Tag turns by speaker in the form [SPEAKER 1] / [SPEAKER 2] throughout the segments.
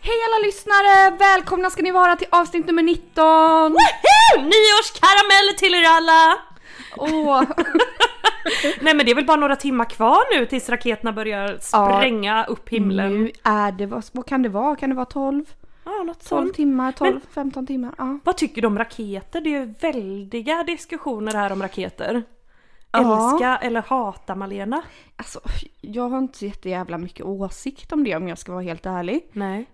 [SPEAKER 1] Hej alla lyssnare! Välkomna ska ni vara till avsnitt nummer 19!
[SPEAKER 2] Nyårskaramell till er alla!
[SPEAKER 1] Åh,
[SPEAKER 2] Nej men det är väl bara några timmar kvar nu tills raketerna börjar spränga upp himlen.
[SPEAKER 1] nu är det, vad, vad kan det vara? Kan det vara 12?
[SPEAKER 2] Ja, något
[SPEAKER 1] 12
[SPEAKER 2] sånt.
[SPEAKER 1] timmar, 12, 15 timmar? Ja.
[SPEAKER 2] Vad tycker du om raketer? Det är ju väldiga diskussioner här om raketer.
[SPEAKER 1] Ja.
[SPEAKER 2] Älska eller hata Malena?
[SPEAKER 1] Alltså, jag har inte så jättejävla mycket åsikt om det om jag ska vara helt ärlig.
[SPEAKER 2] Nej.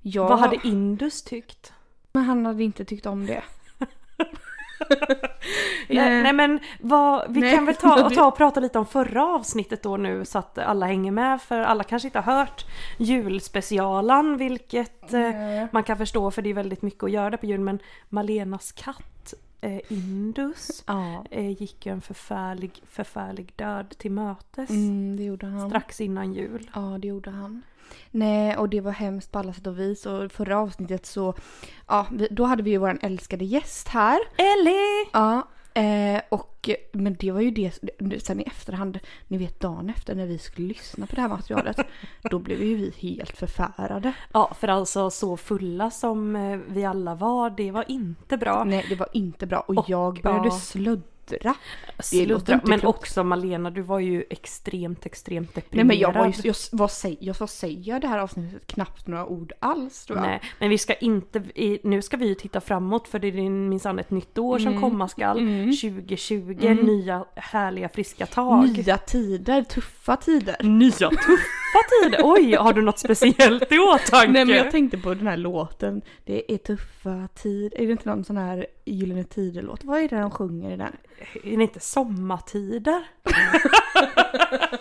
[SPEAKER 1] Jag,
[SPEAKER 2] Vad hade Indus tyckt?
[SPEAKER 1] Men han hade inte tyckt om det.
[SPEAKER 2] Nej, nej men vad, vi
[SPEAKER 1] Eh, Nej.
[SPEAKER 2] kan väl ta och, ta och prata lite om förra avsnittet då nu så att alla hänger med för alla kanske inte har hört julspecialen vilket eh, man kan förstå för det är väldigt mycket att göra på jul men Malenas katt eh, Indus
[SPEAKER 1] Ja.
[SPEAKER 2] eh, gick ju en förfärlig, förfärlig död till mötes
[SPEAKER 1] Mm, det gjorde han.
[SPEAKER 2] strax innan jul.
[SPEAKER 1] Ja, det gjorde han. Nej, och det var hemskt på alla sätt och vis. Och förra avsnittet så, ja, vi, då hade vi ju vår älskade gäst här.
[SPEAKER 2] Ellie!
[SPEAKER 1] Ja, eh, och, men det var ju det, nu- sen i efterhand, ni vet dagen efter när vi skulle lyssna på det här materialet, då blev ju vi helt förfärade.
[SPEAKER 2] Ja för alltså så fulla som eh, vi alla var det var inte bra.
[SPEAKER 1] Nej, det var inte bra och,
[SPEAKER 2] Och
[SPEAKER 1] jag började
[SPEAKER 2] bara-
[SPEAKER 1] sluddra. Det låter
[SPEAKER 2] Sluddra,
[SPEAKER 1] inte
[SPEAKER 2] men
[SPEAKER 1] klokt.
[SPEAKER 2] också Malena, du var ju extremt, extremt
[SPEAKER 1] Nej
[SPEAKER 2] deprimerad.
[SPEAKER 1] men jag var ju, jag, vad, säger, jag, vad säger jag det här avsnittet? Knappt några ord alls tror jag.
[SPEAKER 2] Nej, men vi ska inte, i- nu ska vi ju titta framåt för det är minsann ett nytt år
[SPEAKER 1] Mm.
[SPEAKER 2] som komma skall. 2020, nya härliga friska tag.
[SPEAKER 1] Nya tider, tuffa tider.
[SPEAKER 2] nya tuffa tider! Oj, har du något speciellt i åtanke?
[SPEAKER 1] Nej men jag tänkte på den här låten, det är tuffa tider, är det inte någon sån här Gyllene Tider-låt? Vad är det de sjunger i den?
[SPEAKER 2] Är det inte sommartider?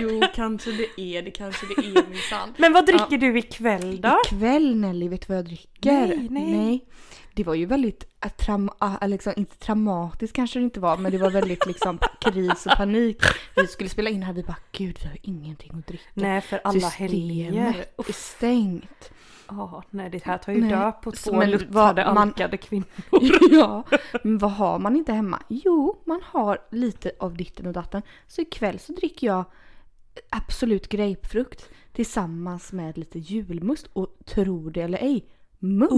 [SPEAKER 1] Jo, kanske det är det, kanske det är minsann.
[SPEAKER 2] Men vad dricker du ikväll då?
[SPEAKER 1] Ikväll Nelly, vet du vad jag dricker?
[SPEAKER 2] Nej, nej.
[SPEAKER 1] Det var ju väldigt, eh, traum, ah, liksom, inte traumatiskt kanske det inte var, men det var väldigt liksom kris och panik. Vi skulle spela in här, vi bara gud vi har ju ingenting att dricka.
[SPEAKER 2] Nej, för alla helger.
[SPEAKER 1] Systemet är stängt.
[SPEAKER 2] Ja, nej det här tar ju
[SPEAKER 1] Nej,
[SPEAKER 2] död på
[SPEAKER 1] så
[SPEAKER 2] två
[SPEAKER 1] men
[SPEAKER 2] luttrade,
[SPEAKER 1] vad man-
[SPEAKER 2] alkade kvinnor.
[SPEAKER 1] ja, men vad har man inte hemma? Jo, man har lite av ditten och datten. Så ikväll så dricker jag Absolut grapefrukt tillsammans med lite julmust och tro det eller ej, mums.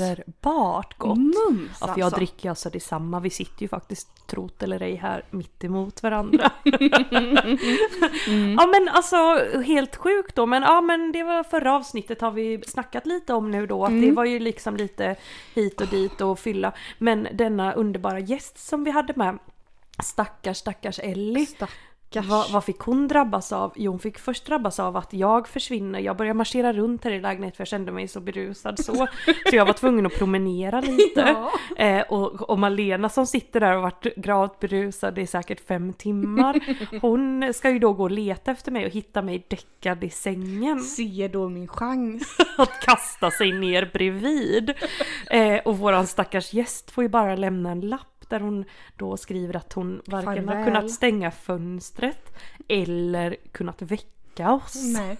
[SPEAKER 2] Underbart gott!
[SPEAKER 1] Mums
[SPEAKER 2] Ja, för jag
[SPEAKER 1] alltså.
[SPEAKER 2] dricker ju Mm. alltså detsamma. Vi sitter ju faktiskt, trot eller ej, här mitt emot varandra. Mm. Ja men alltså helt sjukt då. Men ja men det var förra avsnittet har vi snackat lite om nu då. Att
[SPEAKER 1] Mm.
[SPEAKER 2] Det var ju liksom lite hit och dit och fylla. Men denna underbara gäst som vi hade med. Stackars stackars Ellie.
[SPEAKER 1] Stackars.
[SPEAKER 2] Vad, vad fick hon drabbas av? Jo hon fick först drabbas av att jag försvinner. Jag började marschera runt här i lägenheten för jag kände mig så berusad så. Så jag var tvungen att promenera lite. Eh, och, och Malena som sitter där och varit gravt berusad i säkert fem timmar. Hon ska ju då gå och leta efter mig och hitta mig däckad i sängen.
[SPEAKER 1] Se då min chans.
[SPEAKER 2] Att kasta sig ner bredvid. Eh, och våran stackars gäst får ju bara lämna en lapp där hon då skriver att hon varken har
[SPEAKER 1] Farväl.
[SPEAKER 2] kunnat stänga fönstret eller kunnat väcka oss.
[SPEAKER 1] Nej.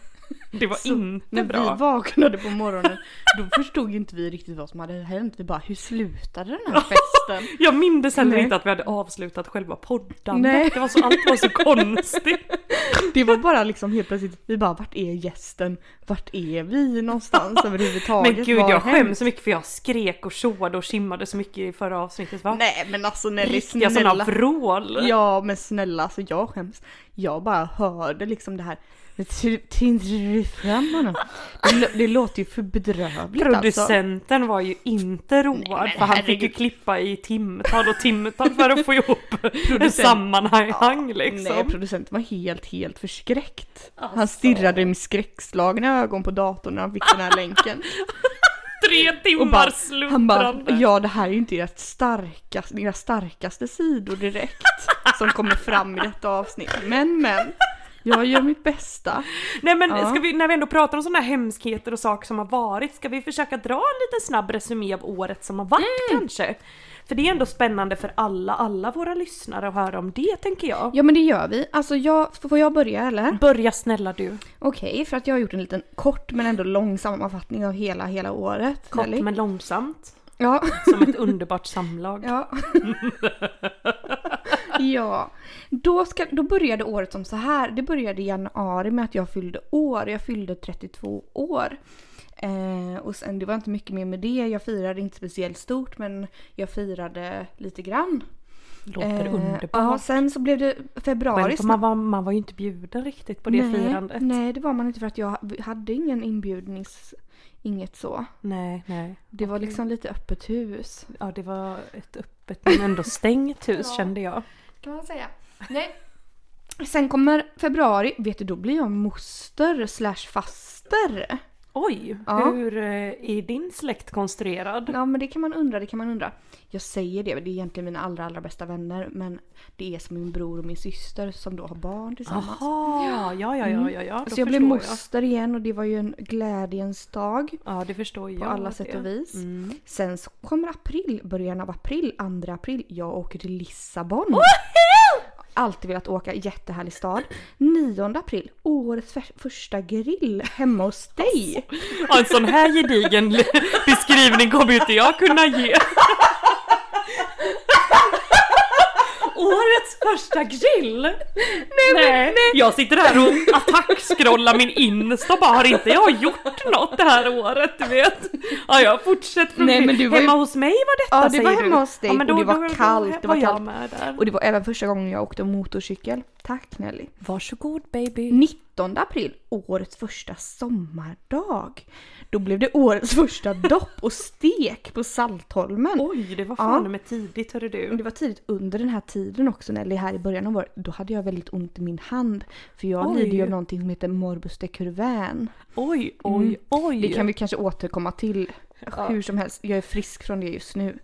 [SPEAKER 2] Det var inte
[SPEAKER 1] När
[SPEAKER 2] bra.
[SPEAKER 1] vi vaknade på morgonen då förstod inte vi riktigt vad som hade hänt. Vi bara, hur slutade den här festen?
[SPEAKER 2] Jag mindes heller
[SPEAKER 1] Nej.
[SPEAKER 2] inte att vi hade avslutat själva poddandet.
[SPEAKER 1] Nej.
[SPEAKER 2] Det var så, allt var så konstigt.
[SPEAKER 1] Det var bara liksom helt plötsligt, vi bara, vart är gästen? Vart är vi någonstans överhuvudtaget?
[SPEAKER 2] Men gud
[SPEAKER 1] Vad har
[SPEAKER 2] jag
[SPEAKER 1] hänt?
[SPEAKER 2] skäms så mycket för jag skrek och tjoade och kimmade så mycket i förra avsnittet va?
[SPEAKER 1] Nej men alltså Nelly,
[SPEAKER 2] Riktiga sådana
[SPEAKER 1] snälla.
[SPEAKER 2] vrål.
[SPEAKER 1] Ja men snälla, alltså jag skäms. Jag bara hörde liksom det här. Det, lå- det låter ju för bedrövligt alltså.
[SPEAKER 2] Producenten var ju inte road för han fick ju
[SPEAKER 1] herregud.
[SPEAKER 2] klippa i timtal och timtal för att få ihop ett sammanhang liksom.
[SPEAKER 1] Nej, producenten var helt, helt förskräckt. Han
[SPEAKER 2] Alltså.
[SPEAKER 1] stirrade med skräckslagna ögon på datorn när han fick den här länken.
[SPEAKER 2] Tre
[SPEAKER 1] Och
[SPEAKER 2] timmar
[SPEAKER 1] bara, han bara,
[SPEAKER 2] sludrande.
[SPEAKER 1] ja det här är ju inte ert starkaste, dina starkaste sidor direkt som kommer fram i detta avsnitt. Men men, Jag gör mitt bästa.
[SPEAKER 2] Nej men
[SPEAKER 1] Ja.
[SPEAKER 2] ska vi, när vi ändå pratar om sådana här hemskheter och saker som har varit, ska vi försöka dra en liten snabb resumé av året som har varit
[SPEAKER 1] Mm.
[SPEAKER 2] kanske? För det är ändå spännande för alla, alla våra lyssnare att höra om det tänker jag.
[SPEAKER 1] Ja men det gör vi. Alltså jag, får jag börja eller?
[SPEAKER 2] Börja snälla du,
[SPEAKER 1] Okej, för att jag har gjort en liten kort men ändå lång sammanfattning av hela, hela året.
[SPEAKER 2] kort
[SPEAKER 1] Nelly.
[SPEAKER 2] men långsamt.
[SPEAKER 1] Ja.
[SPEAKER 2] Som ett underbart samlag.
[SPEAKER 1] Ja. ja. Då, ska, då började året som så här. Det började i januari med att jag fyllde år. Jag fyllde 32 år. Eh, och sen det var inte mycket mer med det. Jag firade inte speciellt stort men jag firade lite grann.
[SPEAKER 2] Låter
[SPEAKER 1] Eh,
[SPEAKER 2] underbart.
[SPEAKER 1] Ja, sen så blev det februari.
[SPEAKER 2] Skönt, för man, var, man var ju inte bjuden riktigt på det
[SPEAKER 1] nej,
[SPEAKER 2] firandet. Nej,
[SPEAKER 1] Nej, det var man inte för att jag hade ingen inbjudnings... Inget så.
[SPEAKER 2] nej.
[SPEAKER 1] Det var liksom lite öppet hus.
[SPEAKER 2] Ja det var ett öppet men ändå stängt hus
[SPEAKER 1] Ja.
[SPEAKER 2] kände jag.
[SPEAKER 1] kan man säga. Nej. Sen kommer februari, vet du då blir jag moster slash faster.
[SPEAKER 2] Oj,
[SPEAKER 1] Ja.
[SPEAKER 2] hur eh, är din släkt konstruerad?
[SPEAKER 1] Ja men det kan man undra, det kan man undra. Jag säger det, det är egentligen mina allra allra bästa vänner men det är som min bror och min syster som då har barn tillsammans.
[SPEAKER 2] Jaha, ja ja ja ja. ja. Då
[SPEAKER 1] så jag blev
[SPEAKER 2] förstår
[SPEAKER 1] moster igen och det var ju en glädjens dag
[SPEAKER 2] Ja det förstår jag.
[SPEAKER 1] på alla
[SPEAKER 2] det.
[SPEAKER 1] sätt och vis.
[SPEAKER 2] Mm.
[SPEAKER 1] Sen så kommer april, början av april, 2 april. Jag åker till Lissabon. Alltid velat åka, jättehärlig stad. 9 april, årets fär- första grill hemma hos dig.
[SPEAKER 2] Ja, en sån här gedigen li- beskrivning kommer ju inte jag kunna ge. Årets första grill! Nej, Jag sitter här och attackscrollar min Insta och bara har inte jag gjort något det här året du vet? Ja jag fortsätter från
[SPEAKER 1] Nej, men du var ju-
[SPEAKER 2] Hemma hos mig var detta
[SPEAKER 1] Ja, det
[SPEAKER 2] säger
[SPEAKER 1] var
[SPEAKER 2] du.
[SPEAKER 1] hemma hos dig
[SPEAKER 2] ja, men
[SPEAKER 1] och
[SPEAKER 2] då,
[SPEAKER 1] det
[SPEAKER 2] då,
[SPEAKER 1] var
[SPEAKER 2] då,
[SPEAKER 1] kallt, det var
[SPEAKER 2] jag
[SPEAKER 1] kallt.
[SPEAKER 2] Med där.
[SPEAKER 1] Och det var även första gången jag åkte motorcykel. Tack Nelly.
[SPEAKER 2] Varsågod baby.
[SPEAKER 1] 19 april, årets första sommardag. Då blev det årets första dopp och stek på Saltholmen.
[SPEAKER 2] Oj det var
[SPEAKER 1] Ja.
[SPEAKER 2] fan med tidigt hörru du.
[SPEAKER 1] Och det var tidigt under den här tiden också Nelly, här i början av året, då hade jag väldigt ont i min hand. För jag
[SPEAKER 2] Oj.
[SPEAKER 1] lider ju av någonting som heter morbus de Curvain.
[SPEAKER 2] Oj oj
[SPEAKER 1] Mm.
[SPEAKER 2] oj.
[SPEAKER 1] Det kan vi kanske återkomma till hur som helst. Jag är frisk från det just nu.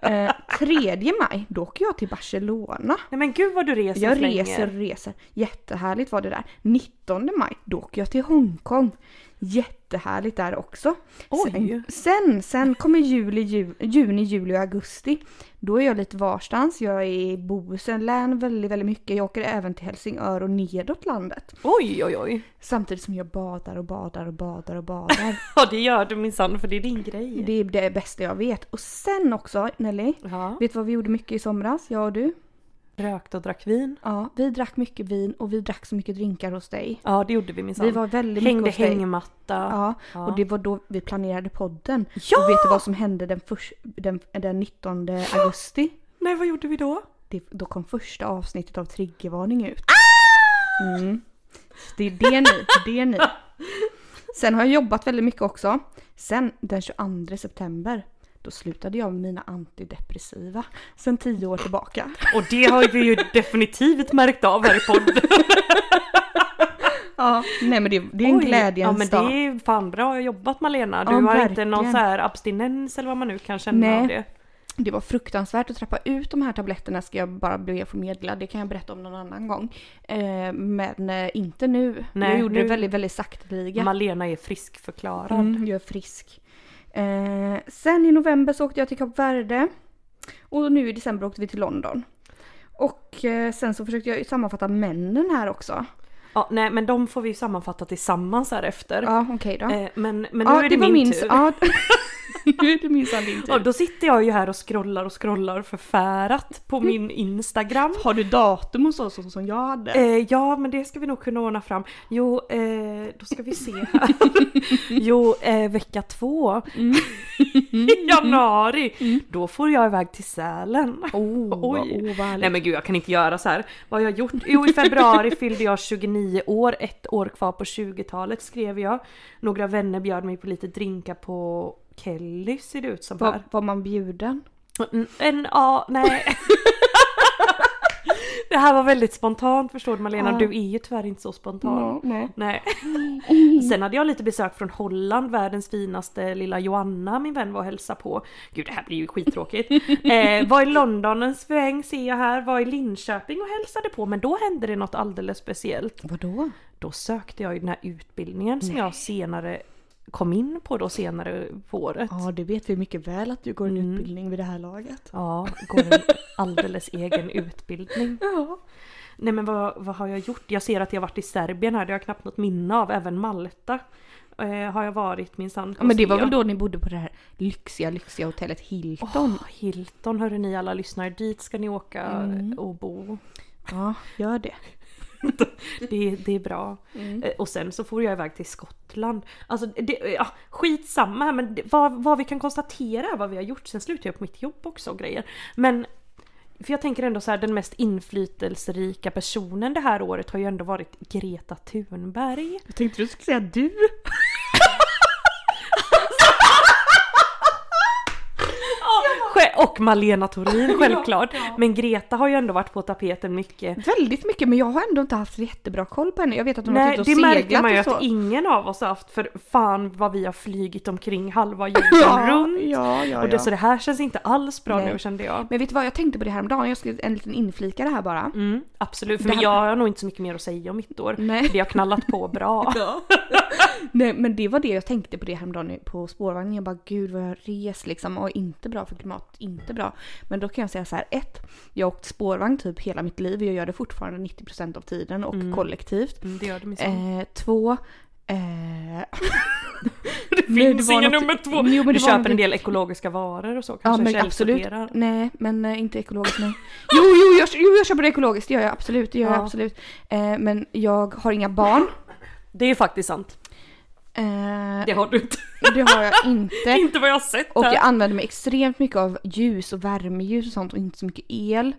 [SPEAKER 1] Eh, 3 maj, då åker jag till Barcelona.
[SPEAKER 2] Nej men gud vad du reser
[SPEAKER 1] Jag
[SPEAKER 2] så länge.
[SPEAKER 1] reser och reser. Jättehärligt var det där. 19 maj, då åker jag till Hongkong. Jättehärligt där också.
[SPEAKER 2] Oj.
[SPEAKER 1] Sen, sen, sen kommer juli, ju, juni, juli och augusti. Då är jag lite varstans. Jag är i Bohuslän län väldigt, väldigt mycket. Jag åker även till Helsingör och nedåt landet.
[SPEAKER 2] Oj oj oj.
[SPEAKER 1] Samtidigt som jag badar och badar och badar och badar.
[SPEAKER 2] Ja det gör du minsann för det är din grej.
[SPEAKER 1] det är det bästa jag vet. Och sen också, Nelly.
[SPEAKER 2] Ja.
[SPEAKER 1] Vet du vad vi gjorde mycket i somras, jag och du?
[SPEAKER 2] Rökt och drack vin.
[SPEAKER 1] Ja, vi drack mycket vin och vi drack så mycket drinkar hos dig.
[SPEAKER 2] Ja det gjorde vi minsann.
[SPEAKER 1] Vi var väldigt
[SPEAKER 2] Hängde
[SPEAKER 1] mycket hos dig.
[SPEAKER 2] hängmatta.
[SPEAKER 1] Ja,
[SPEAKER 2] Ja.
[SPEAKER 1] och det var då vi planerade podden.
[SPEAKER 2] Ja!
[SPEAKER 1] Och vet du vad som hände den, förs- den, den 19 augusti?
[SPEAKER 2] Nej vad gjorde vi då?
[SPEAKER 1] Det, då kom första avsnittet av Triggervarning ut.
[SPEAKER 2] Ah!
[SPEAKER 1] Mm. Så Det är det nu, det är nu. Sen har jag jobbat väldigt mycket också. Sen den 22 september, då slutade jag med mina antidepressiva. Sen tio år tillbaka.
[SPEAKER 2] Och det har vi ju definitivt märkt av här i podden.
[SPEAKER 1] Ja, nej men det, det är en
[SPEAKER 2] Ja
[SPEAKER 1] glädjens
[SPEAKER 2] men det
[SPEAKER 1] dag.
[SPEAKER 2] är fan bra jobbat Malena. Du
[SPEAKER 1] Ja,
[SPEAKER 2] har inte
[SPEAKER 1] verkligen.
[SPEAKER 2] någon så här abstinens eller vad man nu kan känna
[SPEAKER 1] Nej.
[SPEAKER 2] av det.
[SPEAKER 1] Det var fruktansvärt att trappa ut de här tabletterna ska jag bara be att få meddela. Det kan jag berätta om någon annan gång. Eh, men eh, inte nu.
[SPEAKER 2] Nej,
[SPEAKER 1] jag gjorde
[SPEAKER 2] nu-
[SPEAKER 1] det väldigt, väldigt sakteliga.
[SPEAKER 2] Malena är friskförklarad.
[SPEAKER 1] Mm, jag är frisk. Eh, sen i november så åkte jag till Kap Verde. Och nu i december åkte vi till London. Och eh, sen så försökte jag ju sammanfatta männen här också.
[SPEAKER 2] Ja, nej men de får vi ju sammanfatta tillsammans här efter.
[SPEAKER 1] Ja, okej då.
[SPEAKER 2] Eh, Men, men
[SPEAKER 1] ja,
[SPEAKER 2] nu är det,
[SPEAKER 1] var
[SPEAKER 2] min
[SPEAKER 1] min
[SPEAKER 2] tur.
[SPEAKER 1] Ja, nu är det minsann din
[SPEAKER 2] Ja,
[SPEAKER 1] tur.
[SPEAKER 2] då sitter jag ju här och scrollar och scrollar förfärat på min Instagram.
[SPEAKER 1] Har du datum och så, så som jag hade?
[SPEAKER 2] Eh, ja men det ska vi nog kunna ordna fram. Jo, eh, då ska vi se här. Jo, eh, vecka två
[SPEAKER 1] Mm.
[SPEAKER 2] i januari. Då får jag iväg till Sälen.
[SPEAKER 1] Oh,
[SPEAKER 2] Oj.
[SPEAKER 1] vad ovärligt.
[SPEAKER 2] Nej men gud jag kan inte göra så här. Vad har jag gjort? Jo i februari fyllde jag 29 år, ett år kvar på 20-talet skrev jag. Några vänner bjöd mig på lite drinkar på Kelly ser det ut som här. Mm,
[SPEAKER 1] Var, var man bjuden?
[SPEAKER 2] En, en ja, nej. Det här var väldigt spontant förstår du Malena,
[SPEAKER 1] Ja.
[SPEAKER 2] du är ju tyvärr inte så spontan.
[SPEAKER 1] nej.
[SPEAKER 2] Nej. Sen hade jag lite besök från Holland, världens finaste lilla Joanna min vän var och hälsade på. Gud det här blir ju skittråkigt. eh, var i London en sväng ser jag här, var i Linköping och hälsade på men då hände det något alldeles speciellt.
[SPEAKER 1] Vadå?
[SPEAKER 2] Då sökte jag ju den här utbildningen som jag senare kom in på då senare på året.
[SPEAKER 1] Ja, det vet vi mycket väl att du går en utbildning vid det här laget.
[SPEAKER 2] Ja, går en alldeles egen utbildning.
[SPEAKER 1] Ja.
[SPEAKER 2] Nej men vad, vad har jag gjort? Jag ser att jag varit i Serbien här, det har jag knappt något minne av. Även Malta eh, har jag varit minsann.
[SPEAKER 1] men det var väl då ni bodde på det här lyxiga, lyxiga hotellet Hilton?
[SPEAKER 2] Åh, Hilton hörru ni alla lyssnare, dit ska ni åka eh, och bo.
[SPEAKER 1] Ja, Mm. gör det. Mm.
[SPEAKER 2] Det, det är bra. Eh, Och sen så får jag iväg till Skottland. Alltså det, ja, skitsamma här men det, vad, vad vi kan konstatera är vad vi har gjort. Sen slutar jag på mitt jobb också och grejer. Men för jag tänker ändå så här den mest inflytelserika personen det här året har ju ändå varit Greta Thunberg.
[SPEAKER 1] Jag tänkte du skulle säga du.
[SPEAKER 2] Sj- Och Malena Thorin självklart. Men Greta har ju ändå varit på tapeten mycket.
[SPEAKER 1] Väldigt mycket, men jag har ändå inte haft jättebra koll på henne. Jag vet att hon
[SPEAKER 2] Nej,
[SPEAKER 1] har
[SPEAKER 2] det
[SPEAKER 1] varit ute och
[SPEAKER 2] märker
[SPEAKER 1] seglat
[SPEAKER 2] man ju
[SPEAKER 1] och så.
[SPEAKER 2] att ingen av oss har haft för fan vad vi har flygit omkring halva jorden runt.
[SPEAKER 1] ja, ja,
[SPEAKER 2] och det,
[SPEAKER 1] ja.
[SPEAKER 2] Så det här känns inte alls bra
[SPEAKER 1] Nej. Mm.
[SPEAKER 2] nu kände jag.
[SPEAKER 1] Men vet du vad, jag tänkte på det här om dagen. jag skulle en liten inflikare här bara.
[SPEAKER 2] Mm, absolut, för
[SPEAKER 1] Det här-
[SPEAKER 2] jag har nog inte så mycket mer att säga om mitt år.
[SPEAKER 1] Nej.
[SPEAKER 2] Vi har knallat på bra.
[SPEAKER 1] Nej men det var det jag tänkte på det häromdagen på spårvagnen. Jag bara gud vad jag har rest liksom och inte bra för klimat, inte bra. Men då kan jag säga så här, ett, jag har åkt spårvagn typ hela mitt liv. Jag gör det fortfarande 90% av tiden och kollektivt.
[SPEAKER 2] Mm, det gör det minsann.
[SPEAKER 1] Eh, två, eh,
[SPEAKER 2] det
[SPEAKER 1] nej,
[SPEAKER 2] finns
[SPEAKER 1] det var
[SPEAKER 2] ingen
[SPEAKER 1] något-
[SPEAKER 2] nummer två.
[SPEAKER 1] Jo, men
[SPEAKER 2] du
[SPEAKER 1] det var
[SPEAKER 2] köper en
[SPEAKER 1] någonting-
[SPEAKER 2] del ekologiska varor och så
[SPEAKER 1] ja
[SPEAKER 2] kanske
[SPEAKER 1] men absolut.
[SPEAKER 2] källsorterar.
[SPEAKER 1] Nej men eh, inte ekologiskt nej. Jo jo jag, jo jag köper det ekologiskt, det gör jag absolut. Det gör
[SPEAKER 2] Ja.
[SPEAKER 1] jag absolut. Eh, men jag har inga barn.
[SPEAKER 2] Det är ju faktiskt sant.
[SPEAKER 1] Eh,
[SPEAKER 2] Det har du inte.
[SPEAKER 1] det har jag inte.
[SPEAKER 2] inte vad jag har sett
[SPEAKER 1] Och
[SPEAKER 2] här.
[SPEAKER 1] jag använder mig extremt mycket av ljus och värmeljus och sånt och inte så mycket el.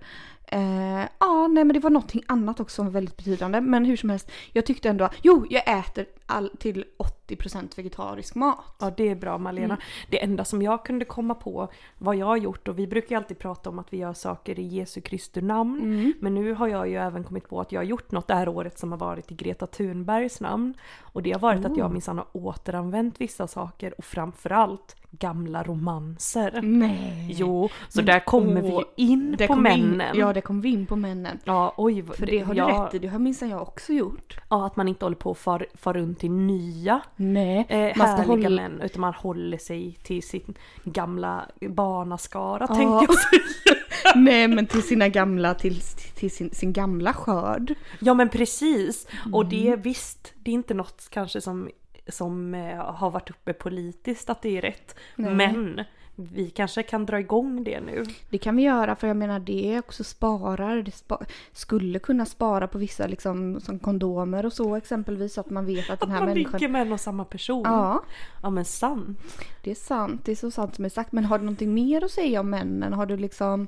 [SPEAKER 1] Eh, ja, nej men det var någonting annat också som var väldigt betydande. Men hur som helst, jag tyckte ändå Jo, jag äter all, till 80% vegetarisk mat.
[SPEAKER 2] Ja det är bra Malena. Det enda som jag kunde komma på vad jag har gjort och vi brukar ju alltid prata om att vi gör saker i Jesu Kristi namn. Men nu har jag ju även kommit på att jag har gjort något det här året som har varit i Greta Thunbergs namn. Och det har varit att jag minsann har återanvänt vissa saker och framförallt gamla romanser.
[SPEAKER 1] Nej.
[SPEAKER 2] Mm. Jo, så där kommer vi
[SPEAKER 1] åh,
[SPEAKER 2] ju in
[SPEAKER 1] Det
[SPEAKER 2] på
[SPEAKER 1] kom vi
[SPEAKER 2] männen.
[SPEAKER 1] In, ja, det kom vi in på männen.
[SPEAKER 2] Ja, oj. vad-
[SPEAKER 1] För det har du
[SPEAKER 2] ja,
[SPEAKER 1] rätt i, det har minsann jag också gjort.
[SPEAKER 2] Ja, att man inte håller på och far, far runt i nya
[SPEAKER 1] Nej,
[SPEAKER 2] eh,
[SPEAKER 1] man ska
[SPEAKER 2] härliga
[SPEAKER 1] hålla...
[SPEAKER 2] män utan man håller sig till sin gamla barnaskara
[SPEAKER 1] Ja.
[SPEAKER 2] tänkte jag säga.
[SPEAKER 1] Nej men till sina gamla, till, till sin, sin gamla skörd.
[SPEAKER 2] Ja men precis! Och
[SPEAKER 1] Mm.
[SPEAKER 2] det visst, det är inte något kanske som, som eh, har varit uppe politiskt att det är rätt. Men vi kanske kan dra igång det nu.
[SPEAKER 1] Det kan vi göra för jag menar det är också sparar. Det spa- skulle kunna spara på vissa liksom som kondomer och så exempelvis så att man vet att den
[SPEAKER 2] Att
[SPEAKER 1] här
[SPEAKER 2] man
[SPEAKER 1] människan...
[SPEAKER 2] ligger med en och samma person.
[SPEAKER 1] Ja,
[SPEAKER 2] Ja, men sant.
[SPEAKER 1] det är sant. Det är så sant som är sagt. Men har du någonting mer att säga om männen? Har du liksom...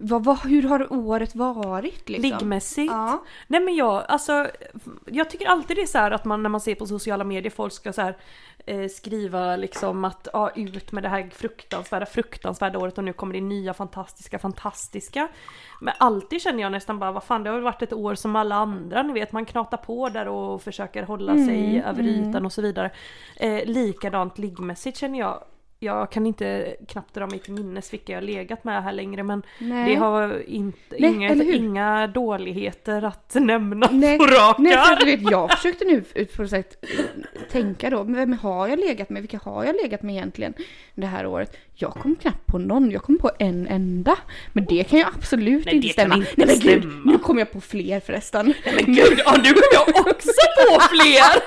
[SPEAKER 1] Vad, vad, hur har året varit liksom?
[SPEAKER 2] Liggmässigt.
[SPEAKER 1] Ja.
[SPEAKER 2] Nej men jag, alltså, jag tycker alltid det är så här att man när man ser på sociala medier folk ska så här, eh, skriva liksom att ja, ut med det här fruktansvärda, fruktansvärda året och nu kommer det nya fantastiska, fantastiska. Men alltid känner jag nästan bara vad fan det har väl varit ett år som alla andra, ni vet man knatar på där och försöker hålla
[SPEAKER 1] Mm,
[SPEAKER 2] sig över ytan och så vidare. Eh, likadant liggmässigt känner jag jag kan inte knappt dra mig till minnes vilka jag legat med här längre men
[SPEAKER 1] Nej.
[SPEAKER 2] det har inte,
[SPEAKER 1] Nej,
[SPEAKER 2] inga,
[SPEAKER 1] eller hur?
[SPEAKER 2] inga dåligheter att nämna
[SPEAKER 1] Nej,
[SPEAKER 2] på rak
[SPEAKER 1] nej för
[SPEAKER 2] arm.
[SPEAKER 1] att du vet, jag försökte nu ut på något sätt tänka då, men vem har jag legat med? Vilka har jag legat med egentligen det här året? Jag kom knappt på någon, jag kom på en enda. Men det kan ju absolut
[SPEAKER 2] Nej,
[SPEAKER 1] inte
[SPEAKER 2] det kan
[SPEAKER 1] stämma.
[SPEAKER 2] inte
[SPEAKER 1] nej men gud,
[SPEAKER 2] stämma.
[SPEAKER 1] nu kom jag på fler förresten.
[SPEAKER 2] Men gud, ja, nu kom jag också på fler!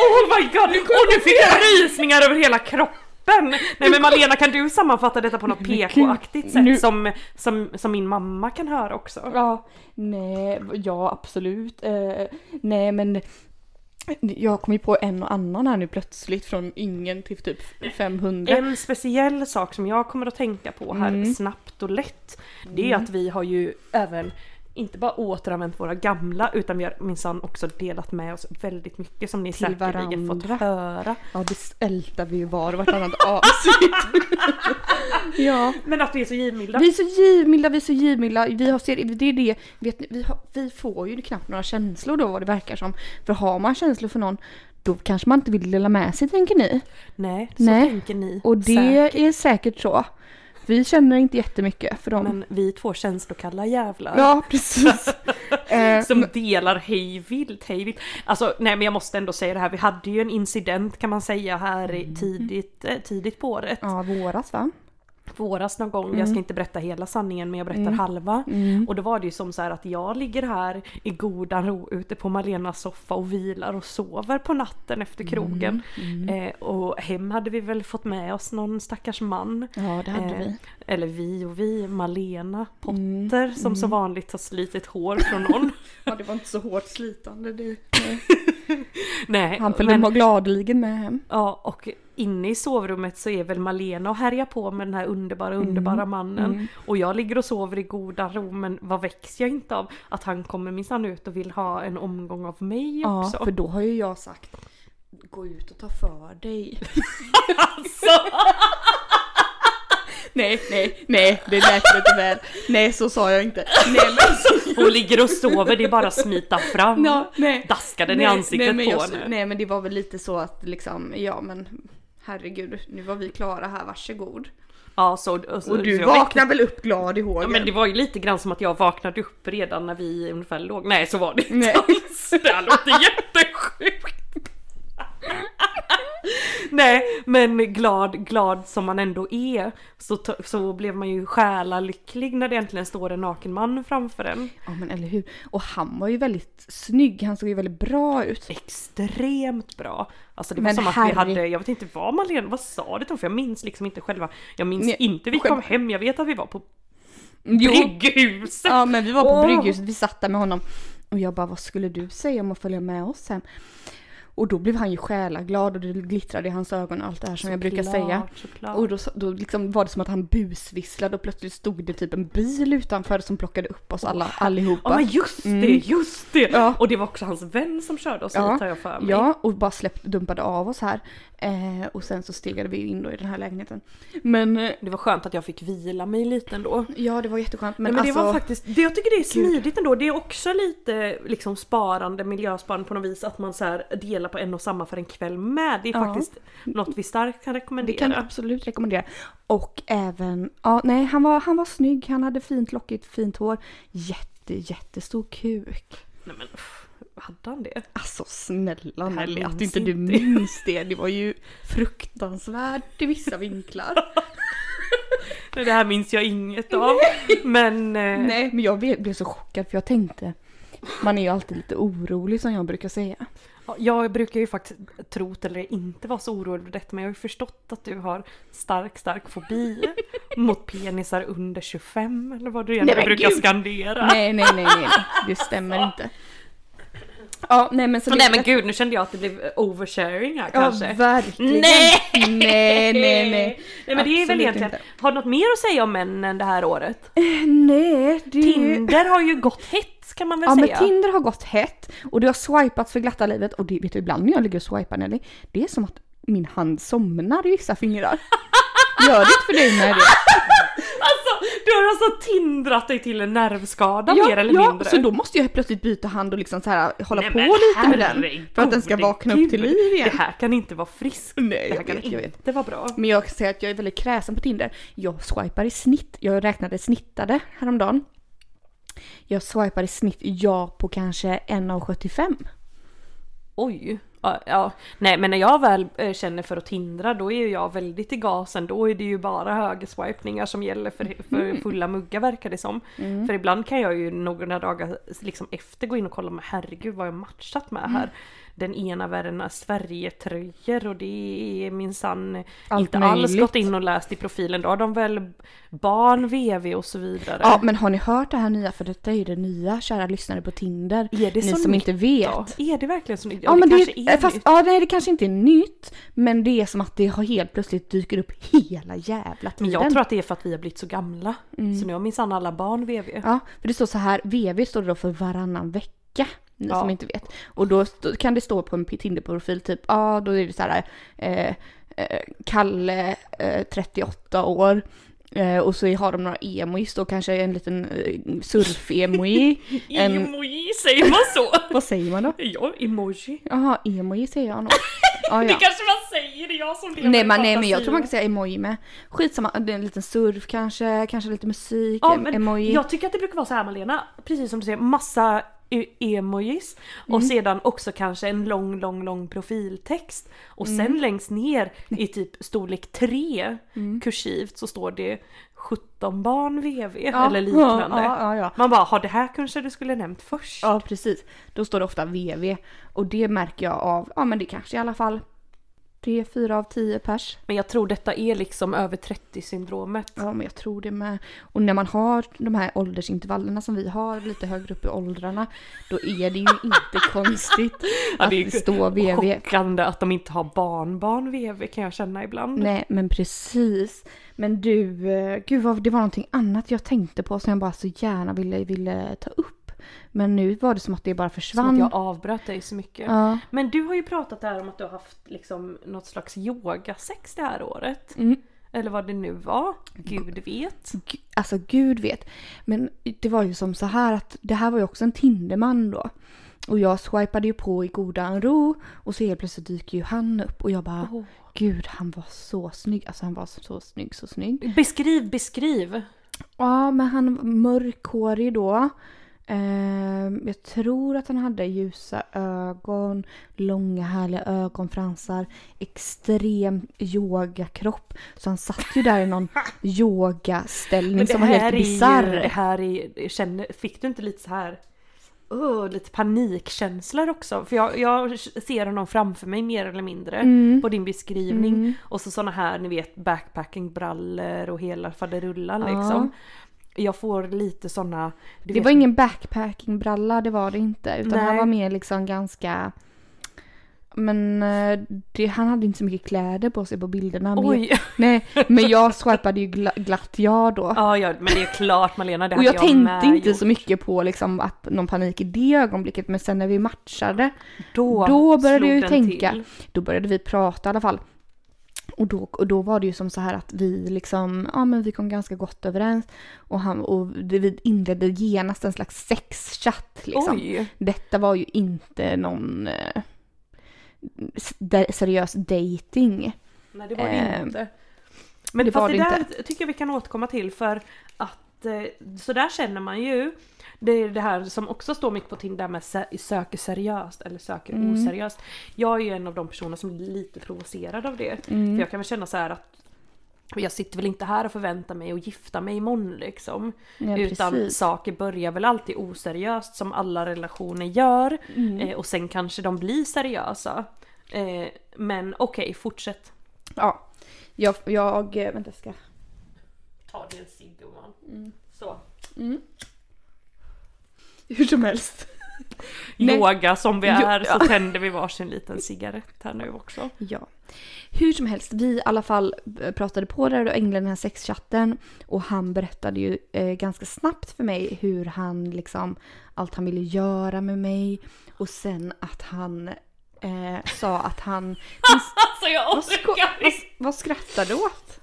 [SPEAKER 2] Oh my god! Och nu fick jag rysningar över hela kroppen! Nej men Malena kan du sammanfatta detta på något PK-aktigt sätt
[SPEAKER 1] nu-
[SPEAKER 2] som, som, som min mamma kan höra också?
[SPEAKER 1] Ja, nej, ja absolut. Eh, nej men jag kom ju på en och annan här nu plötsligt från ingen till typ 500.
[SPEAKER 2] En speciell
[SPEAKER 1] Mm.
[SPEAKER 2] sak som jag kommer att tänka på här snabbt och lätt, det är att vi har ju även inte bara återanvänt våra gamla utan vi har minsann också delat med oss väldigt mycket som ni
[SPEAKER 1] Till
[SPEAKER 2] säkerligen fått
[SPEAKER 1] varandra.
[SPEAKER 2] höra.
[SPEAKER 1] Ja, det ältar vi ju var och vartannat avsnitt. ja.
[SPEAKER 2] Men att vi är så givmilda.
[SPEAKER 1] Vi är så givmilda, vi är så givmilda. Vi har, ser, det är det, vet ni, vi, har, vi får ju knappt några känslor då vad det verkar som. För har man känslor för någon då kanske man inte vill dela med sig tänker ni.
[SPEAKER 2] Nej, så
[SPEAKER 1] Nej.
[SPEAKER 2] tänker ni.
[SPEAKER 1] Och det
[SPEAKER 2] säkert.
[SPEAKER 1] är säkert så. Vi känner inte jättemycket för dem.
[SPEAKER 2] Men vi är två känslokalla jävlar.
[SPEAKER 1] Ja, precis. eh,
[SPEAKER 2] Som delar hej vilt, hej vilt. Alltså nej men jag måste ändå säga det här, vi hade ju en incident kan man säga här
[SPEAKER 1] Mm.
[SPEAKER 2] i tidigt, eh, tidigt på året.
[SPEAKER 1] ja, våras va?
[SPEAKER 2] Våras någon gång,
[SPEAKER 1] Mm.
[SPEAKER 2] jag ska inte berätta hela sanningen men jag berättar halva. Och då var det ju som så här att jag ligger här i godan ro ute på Malenas soffa och vilar och sover på natten efter
[SPEAKER 1] Mm.
[SPEAKER 2] krogen. Eh, och hem hade vi väl fått med oss någon stackars man.
[SPEAKER 1] Ja, det hade
[SPEAKER 2] Eh,
[SPEAKER 1] vi. Mm.
[SPEAKER 2] Eller vi och vi, Malena Potter som så vanligt har slitit hår från någon.
[SPEAKER 1] Ja, det var inte så hårt slitande. Det.
[SPEAKER 2] Nej,
[SPEAKER 1] Han följde
[SPEAKER 2] men-
[SPEAKER 1] men... gladeligen med hem.
[SPEAKER 2] Ja, och inne i sovrummet så är väl Malena och härjar på med den här underbara,
[SPEAKER 1] Mm.
[SPEAKER 2] underbara mannen. Och jag ligger och sover i goda ro, men vad väcks jag inte av? Att han kommer minsann ut och vill ha en omgång av mig
[SPEAKER 1] Ja,
[SPEAKER 2] också.
[SPEAKER 1] för då har ju jag sagt gå ut och ta för dig.
[SPEAKER 2] Alltså.
[SPEAKER 1] nej, nej, nej, det lät lite väl. Nej, så sa jag inte. Nej, men så...
[SPEAKER 2] Hon ligger och sover, det är bara att smita fram.
[SPEAKER 1] Ja, nej.
[SPEAKER 2] Daska den i
[SPEAKER 1] nej,
[SPEAKER 2] ansiktet
[SPEAKER 1] nej, men
[SPEAKER 2] på
[SPEAKER 1] jag-
[SPEAKER 2] henne.
[SPEAKER 1] Nej, men det var väl lite så att liksom, ja men herregud, nu var vi klara här, varsågod.
[SPEAKER 2] Ja, så, och, så,
[SPEAKER 1] Och du
[SPEAKER 2] så jag väckte-
[SPEAKER 1] vaknar väl upp glad i hågen?
[SPEAKER 2] Ja, men det var ju lite grann som att jag vaknade upp redan när vi ungefär låg. Nej, så var det inte
[SPEAKER 1] Nej.
[SPEAKER 2] alls. Det här låter jättesjukt. Nej, men glad, glad som man ändå är så, t- så blev man ju själalycklig när det äntligen står en naken man framför en.
[SPEAKER 1] Ja men eller hur. Och han var ju väldigt snygg, han såg ju väldigt bra ut.
[SPEAKER 2] Extremt bra! Alltså det var
[SPEAKER 1] Men
[SPEAKER 2] som att
[SPEAKER 1] Harry-
[SPEAKER 2] vi hade, jag vet inte vad Malena, vad sa det till hon? För jag minns liksom inte själva, jag minns
[SPEAKER 1] Nej,
[SPEAKER 2] inte vi
[SPEAKER 1] själv-
[SPEAKER 2] kom hem, jag vet att vi var på
[SPEAKER 1] Jo.
[SPEAKER 2] brygghuset!
[SPEAKER 1] Ja men vi var på
[SPEAKER 2] Åh.
[SPEAKER 1] brygghuset, vi satt där med honom. Och jag bara vad skulle du säga om att följa med oss hem? Och då blev han ju själaglad och det glittrade i hans ögon och allt det här som jag brukar säga.
[SPEAKER 2] Såklart, såklart.
[SPEAKER 1] Och då, då liksom var det som att han busvisslade och plötsligt stod det typ en bil utanför som plockade upp oss alla, allihopa.
[SPEAKER 2] Ja men just det, just det!
[SPEAKER 1] Mm. Ja.
[SPEAKER 2] Och det var också hans vän som körde oss
[SPEAKER 1] Ja.
[SPEAKER 2] hit har jag för mig.
[SPEAKER 1] Ja, och bara släppte, dumpade av oss här. Eh, och sen så stegade vi in då i den här lägenheten. Men eh,
[SPEAKER 2] Det var skönt att jag fick vila mig lite ändå.
[SPEAKER 1] ja, det var jätteskönt. Men,
[SPEAKER 2] Men, men
[SPEAKER 1] alltså,
[SPEAKER 2] det var faktiskt, det, jag tycker det är smidigt ändå. Det är också lite liksom sparande, miljösparande på något vis att man så här delar på en och samma för en kväll med. Det är
[SPEAKER 1] Ja.
[SPEAKER 2] faktiskt något vi starkt kan rekommendera.
[SPEAKER 1] det kan jag absolut rekommendera. Och även, ja nej han var, han var snygg, han hade fint lockigt, fint hår. Jätte, jättestor kuk.
[SPEAKER 2] Nej, men, pff, hade han det?
[SPEAKER 1] Alltså snälla
[SPEAKER 2] här
[SPEAKER 1] Nelly, att
[SPEAKER 2] minns
[SPEAKER 1] inte du
[SPEAKER 2] inte
[SPEAKER 1] minns det. Det var ju fruktansvärt i vissa vinklar.
[SPEAKER 2] Nej, Det här minns jag inget av. Men eh,
[SPEAKER 1] nej, men jag blev blev så chockad för jag tänkte, man är ju alltid lite orolig som jag brukar säga.
[SPEAKER 2] Ja, Jag brukar ju faktiskt tro eller inte vara så orolig för detta men jag har ju förstått att du har stark, stark fobi mot penisar under 25 eller vad du än
[SPEAKER 1] Nej, men
[SPEAKER 2] brukar
[SPEAKER 1] gud!
[SPEAKER 2] skandera. Nej.
[SPEAKER 1] Nej, nej, nej, nej, nej. det stämmer inte. Ja, nej men så det-
[SPEAKER 2] men gud, nu kände jag att det blev oversharing här
[SPEAKER 1] Ja,
[SPEAKER 2] kanske.
[SPEAKER 1] verkligen.
[SPEAKER 2] Nej!
[SPEAKER 1] Nej, nej, nej.
[SPEAKER 2] Nej men det är väl
[SPEAKER 1] Absolut
[SPEAKER 2] egentligen,
[SPEAKER 1] inte. Eh,
[SPEAKER 2] har du något mer att säga om männen det här året?
[SPEAKER 1] Nej, det...
[SPEAKER 2] Tinder har ju gått hett kan man väl
[SPEAKER 1] Ja
[SPEAKER 2] säga.
[SPEAKER 1] men Tinder har gått hett och det har swipats för glatta livet och det vet du ibland när jag ligger och swipar Nelly, det är som att min hand somnar i vissa fingrar. Gör det inte för dig med det?
[SPEAKER 2] Alltså, du har alltså tindrat dig till en nervskada Ah, mer eller
[SPEAKER 1] ja,
[SPEAKER 2] mindre.
[SPEAKER 1] så då måste jag plötsligt byta hand och liksom så här hålla
[SPEAKER 2] Nej,
[SPEAKER 1] på
[SPEAKER 2] men
[SPEAKER 1] lite med den. För att den ska
[SPEAKER 2] herregud.
[SPEAKER 1] vakna upp till liv igen.
[SPEAKER 2] Det här kan inte vara friskt.
[SPEAKER 1] Nej,
[SPEAKER 2] det här
[SPEAKER 1] jag
[SPEAKER 2] kan
[SPEAKER 1] vet, jag vet.
[SPEAKER 2] inte vara bra.
[SPEAKER 1] Men jag kan säga att jag är väldigt kräsen på Tinder. Jag swipar i snitt, jag räknade snittade häromdagen. Jag swipar i snitt ja på kanske 1,75.
[SPEAKER 2] Oj. Ja, ja. Nej men när jag väl eh, känner för att tindra då är ju jag väldigt i gasen. Då är det ju bara högerswipningar som gäller för,
[SPEAKER 1] Mm.
[SPEAKER 2] för fulla muggar verkar det som. För
[SPEAKER 1] Mm.
[SPEAKER 2] ibland kan jag ju några dagar liksom efter gå in och kolla men herregud vad har jag matchat med här. den ena världen Sverige-tröjor och det är minsann
[SPEAKER 1] Allt
[SPEAKER 2] inte alls
[SPEAKER 1] möjligt.
[SPEAKER 2] gått in och läst i profilen. Då har de väl barn, VV och så vidare.
[SPEAKER 1] Ja men har ni hört det här nya? För detta är ju det nya kära lyssnare på Tinder.
[SPEAKER 2] Är det
[SPEAKER 1] ni
[SPEAKER 2] så
[SPEAKER 1] som
[SPEAKER 2] nytt
[SPEAKER 1] inte vet.
[SPEAKER 2] Ja, Är det verkligen så nytt? Ja,
[SPEAKER 1] Ja, men
[SPEAKER 2] det
[SPEAKER 1] det,
[SPEAKER 2] kanske är
[SPEAKER 1] fast,
[SPEAKER 2] nytt.
[SPEAKER 1] ja, nej, det kanske inte är nytt, men det är som att det har helt plötsligt dyker upp hela jävla
[SPEAKER 2] Men
[SPEAKER 1] tiden. Mm.
[SPEAKER 2] jag tror att det är för att vi har blivit så gamla. Så nu har minsann alla barn VV.
[SPEAKER 1] Ja, för det står så här, VV står det då för varannan vecka. Ni
[SPEAKER 2] Ja.
[SPEAKER 1] som inte vet. Och då st- kan det stå på en Tinder-profil typ, ja då är det så här, eh, eh, Kalle, eh, 38 år. Eh, och så har de några emojis då, kanske en liten eh, surf-emoji. en,
[SPEAKER 2] Emoji, säger man så?
[SPEAKER 1] vad säger man då?
[SPEAKER 2] ja, emoji.
[SPEAKER 1] Jaha, emoji säger jag nog. Ja, ja.
[SPEAKER 2] kanske man säger, det är jag som lever
[SPEAKER 1] Nej
[SPEAKER 2] i
[SPEAKER 1] men, nej men jag
[SPEAKER 2] fantasin.
[SPEAKER 1] tror man kan säga emoji med. Skitsamma, det är en liten surf kanske, kanske lite musik,
[SPEAKER 2] Ja,
[SPEAKER 1] em-
[SPEAKER 2] men
[SPEAKER 1] emoji.
[SPEAKER 2] Jag tycker att det brukar vara så här Malena, precis som du säger, massa e- emojis och
[SPEAKER 1] Mm.
[SPEAKER 2] sedan också kanske en lång, lång, lång profiltext. Och
[SPEAKER 1] Mm.
[SPEAKER 2] sen längst ner i typ storlek 3 kursivt så står det 17 barn VV
[SPEAKER 1] Ja,
[SPEAKER 2] eller liknande.
[SPEAKER 1] Ja, ja, ja.
[SPEAKER 2] Man bara, har det här kanske du skulle nämnt först?
[SPEAKER 1] ja precis. Då står det ofta VV och det märker jag av, ja men det kanske i alla fall tre, fyra av tio pers.
[SPEAKER 2] Men jag tror detta är liksom över 30-syndromet.
[SPEAKER 1] Ja men jag tror det med. Och när man har de här åldersintervallerna som vi har lite högre upp i åldrarna då är det ju inte konstigt att
[SPEAKER 2] det är
[SPEAKER 1] det står VV.
[SPEAKER 2] Chockande att de inte har barnbarn VV kan jag känna ibland.
[SPEAKER 1] Nej men precis. Men du, eh, gud vad, det var någonting annat jag tänkte på som jag bara så gärna ville, ville ta upp. Men nu var det som att det bara
[SPEAKER 2] Som att
[SPEAKER 1] försvann.
[SPEAKER 2] jag avbröt dig så mycket.
[SPEAKER 1] Ja.
[SPEAKER 2] Men du har ju pratat där om att du har haft liksom något slags yogasex det här året.
[SPEAKER 1] Mm.
[SPEAKER 2] Eller vad det nu var. Gud vet.
[SPEAKER 1] G- Alltså gud vet. Men det var ju som så här att det här var ju också en Tinderman då. Och jag swipade ju på i godan ro och så helt plötsligt dyker ju han upp och jag bara
[SPEAKER 2] Åh.
[SPEAKER 1] gud han var så snygg. Alltså han var så, så snygg, så snygg.
[SPEAKER 2] Beskriv, beskriv.
[SPEAKER 1] Ja, men han var mörkhårig då. Ehm, jag tror att han hade ljusa ögon, långa härliga ögonfransar, extrem yogakropp. Så han satt ju där i någon yogaställning som var helt
[SPEAKER 2] är ju- Det
[SPEAKER 1] bisarr.
[SPEAKER 2] här är, känner, fick du inte lite så här öh, lite panikkänslor också? För jag, jag ser honom framför mig mer eller mindre
[SPEAKER 1] Mm.
[SPEAKER 2] på din beskrivning. Och så såna här ni vet backpackingbrallor och hela faderullan liksom. Jag får lite såna... du
[SPEAKER 1] Det
[SPEAKER 2] vet,
[SPEAKER 1] var ingen backpackingbralla, det var det inte. Utan han
[SPEAKER 2] Nej.
[SPEAKER 1] var mer liksom ganska... Men eh, det, han hade inte så mycket kläder på sig på bilderna. men-
[SPEAKER 2] Oj!
[SPEAKER 1] Nej, men jag swipade ju gla- glatt ja då.
[SPEAKER 2] Ja, ja, men det är klart Malena, det
[SPEAKER 1] Och
[SPEAKER 2] hade
[SPEAKER 1] jag,
[SPEAKER 2] jag, med
[SPEAKER 1] tänkte inte
[SPEAKER 2] gjort.
[SPEAKER 1] så mycket på liksom att någon panik i det ögonblicket men sen när vi matchade
[SPEAKER 2] Då,
[SPEAKER 1] då började
[SPEAKER 2] slog
[SPEAKER 1] jag ju
[SPEAKER 2] den
[SPEAKER 1] tänka.
[SPEAKER 2] till.
[SPEAKER 1] Då började vi prata i alla fall. Och då, och då var det ju som så här att vi liksom, ja men vi kom ganska gott överens och, han, och det- vi inledde genast en slags sexchatt liksom.
[SPEAKER 2] Oj!
[SPEAKER 1] Detta var ju inte någon eh, s- där- seriös dating.
[SPEAKER 2] Nej det var det
[SPEAKER 1] Eh,
[SPEAKER 2] inte. Men
[SPEAKER 1] det
[SPEAKER 2] fast
[SPEAKER 1] var
[SPEAKER 2] det,
[SPEAKER 1] det
[SPEAKER 2] där tycker jag vi kan återkomma till för att eh, så där känner man ju. Det är det här som också står mycket på Tinder med sö- söker seriöst eller söker
[SPEAKER 1] Mm.
[SPEAKER 2] oseriöst. Jag är ju en av de personer som blir lite provocerad av det.
[SPEAKER 1] Mm.
[SPEAKER 2] För jag kan väl känna så här att jag sitter väl inte här och förväntar mig att gifta mig imorgon liksom.
[SPEAKER 1] Ja,
[SPEAKER 2] Utan
[SPEAKER 1] precis.
[SPEAKER 2] saker börjar väl alltid oseriöst som alla relationer gör.
[SPEAKER 1] Mm.
[SPEAKER 2] Eh, och sen kanske de blir seriösa. Eh, men okej, fortsätt.
[SPEAKER 1] Ja. Jag, jag eh, vänta jag ska
[SPEAKER 2] Ta din cigg gumman. Så.
[SPEAKER 1] hur som helst. Nej.
[SPEAKER 2] Yoga som vi
[SPEAKER 1] Jo-
[SPEAKER 2] är så tänder vi varsin liten cigarett här nu också.
[SPEAKER 1] Ja. Hur som helst, vi i alla fall eh, pratade på där och ägnade den här sexchatten och han berättade ju eh, ganska snabbt för mig hur han liksom, allt han ville göra med mig och sen att han eh, sa att han...
[SPEAKER 2] Alltså jag
[SPEAKER 1] vad, sko- vad, vad skrattar du åt?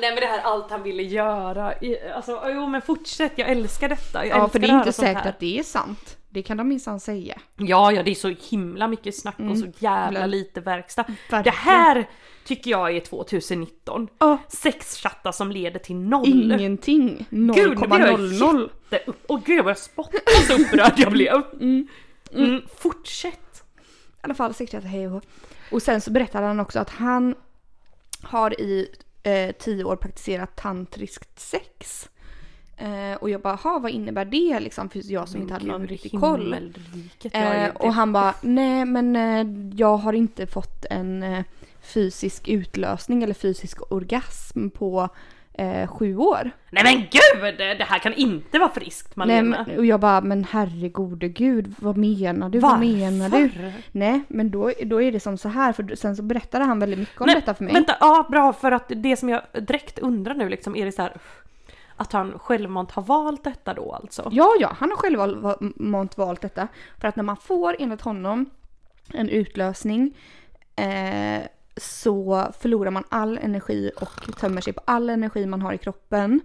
[SPEAKER 2] Nej men det här allt han ville göra. I- Alltså jo men fortsätt, jag älskar detta. Jag
[SPEAKER 1] Ja,
[SPEAKER 2] älskar
[SPEAKER 1] för det
[SPEAKER 2] att
[SPEAKER 1] är
[SPEAKER 2] höra
[SPEAKER 1] inte
[SPEAKER 2] sånt
[SPEAKER 1] säkert
[SPEAKER 2] här.
[SPEAKER 1] att det är sant. Det kan de minsann säga.
[SPEAKER 2] Ja, ja det är så himla mycket snack och så jävla
[SPEAKER 1] Jävla-
[SPEAKER 2] lite verkstad.
[SPEAKER 1] Mm. Verkligen.
[SPEAKER 2] Det här tycker jag är 2019.
[SPEAKER 1] Ja.
[SPEAKER 2] Sexchattar som leder till noll.
[SPEAKER 1] Ingenting.
[SPEAKER 2] Gud, nu blir jag
[SPEAKER 1] 0,00.
[SPEAKER 2] jätteupp- Åh gud jag börjar spotta så upprörd jag blev. Mm, fortsätt.
[SPEAKER 1] i alla fall sekreterare hej och hå. Och sen så berättade han också att han har i eh, tio år praktiserat tantriskt sex. Eh, och jag bara, "Ha, vad innebär det liksom? För jag som inte hade någon
[SPEAKER 2] Gud,
[SPEAKER 1] riktig koll.
[SPEAKER 2] himmelriket, jag är
[SPEAKER 1] Eh,
[SPEAKER 2] ju-
[SPEAKER 1] och han bara, nej men eh, jag har inte fått en eh, fysisk utlösning eller fysisk orgasm på eh, sju år.
[SPEAKER 2] Nej men gud! Det här kan inte vara friskt
[SPEAKER 1] Nej,
[SPEAKER 2] Malena.
[SPEAKER 1] men, och jag bara, men herregode gud, vad menar du? Vad menar du?
[SPEAKER 2] Varför?
[SPEAKER 1] Nej, men då, då är det som så här, för sen så berättade han väldigt mycket om
[SPEAKER 2] Men,
[SPEAKER 1] detta för mig.
[SPEAKER 2] Vänta, ja bra för att det som jag direkt undrar nu liksom är det så här att han självmant har valt detta då alltså?
[SPEAKER 1] Ja, ja, han har självmant valt detta. För att när man får, enligt honom, en utlösning eh, så förlorar man all energi och tömmer sig på all energi man har i kroppen.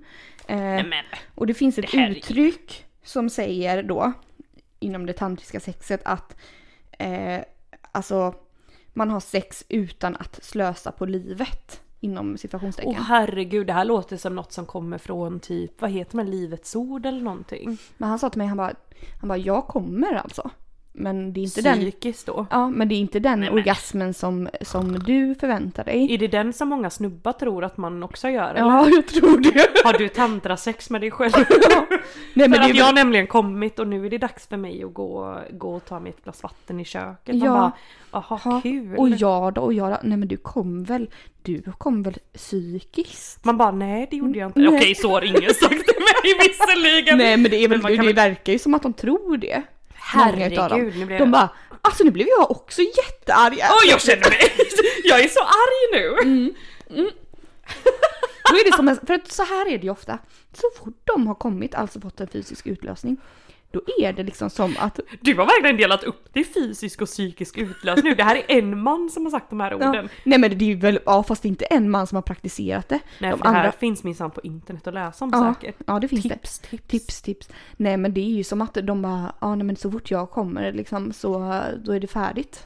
[SPEAKER 1] Eh,
[SPEAKER 2] Nej, men
[SPEAKER 1] och det finns ett
[SPEAKER 2] det här är-
[SPEAKER 1] uttryck som säger då, inom det tantriska sexet, att eh, alltså man har sex utan att slösa på livet. Inom situationstecken.
[SPEAKER 2] åh herregud det här låter som något som kommer från typ, vad heter man, Livets Ord eller någonting?
[SPEAKER 1] Men han sa till mig, han bara, han bara jag kommer alltså. Men det är inte den
[SPEAKER 2] Psykiskt då?
[SPEAKER 1] Ja, men det är inte den orgasmen som, som du förväntar dig.
[SPEAKER 2] Är det den som många snubbar tror att man också gör? eller?
[SPEAKER 1] Ja, jag tror det.
[SPEAKER 2] Har du tantrasex med dig själv?
[SPEAKER 1] Nej,
[SPEAKER 2] för
[SPEAKER 1] det
[SPEAKER 2] att
[SPEAKER 1] är
[SPEAKER 2] jag har
[SPEAKER 1] väl-
[SPEAKER 2] nämligen kommit och nu är det dags för mig att gå, gå och ta mig ett glas vatten i köket. Man
[SPEAKER 1] Ja.
[SPEAKER 2] bara, jaha
[SPEAKER 1] Ja,
[SPEAKER 2] kul.
[SPEAKER 1] Och jag då, och jag då. Nej men du kom väl, du kom väl psykiskt?
[SPEAKER 2] Man bara nej det gjorde jag inte.
[SPEAKER 1] Nej.
[SPEAKER 2] Okej så har ingen sagt till mig visserligen.
[SPEAKER 1] Nej men det, är väl,
[SPEAKER 2] man kan
[SPEAKER 1] det
[SPEAKER 2] väl-
[SPEAKER 1] verkar ju som att de tror det. Många utav dem.
[SPEAKER 2] Herregud nu blev
[SPEAKER 1] De
[SPEAKER 2] jag...
[SPEAKER 1] bara, alltså nu blev jag också jättearg.
[SPEAKER 2] Åh jag känner mig, jag är så arg nu.
[SPEAKER 1] Mm. Då är det som en, för att så här är det ju ofta. Så fort de har kommit, alltså fått en fysisk utlösning, då är det liksom som att
[SPEAKER 2] Du har verkligen delat upp det i fysisk och psykisk utlösning nu. Det här är en man som har sagt de här
[SPEAKER 1] Ja.
[SPEAKER 2] orden.
[SPEAKER 1] Nej men det är ju väl, ja fast det är inte en man som har praktiserat det.
[SPEAKER 2] Nej
[SPEAKER 1] De
[SPEAKER 2] för det här
[SPEAKER 1] andra-
[SPEAKER 2] finns minsann på internet att läsa om
[SPEAKER 1] Ja,
[SPEAKER 2] säkert.
[SPEAKER 1] ja det finns det.
[SPEAKER 2] Tips, tips.
[SPEAKER 1] Tips, tips. Nej men det är ju som att de bara, ja nej men så fort jag kommer liksom så eh, då är det färdigt.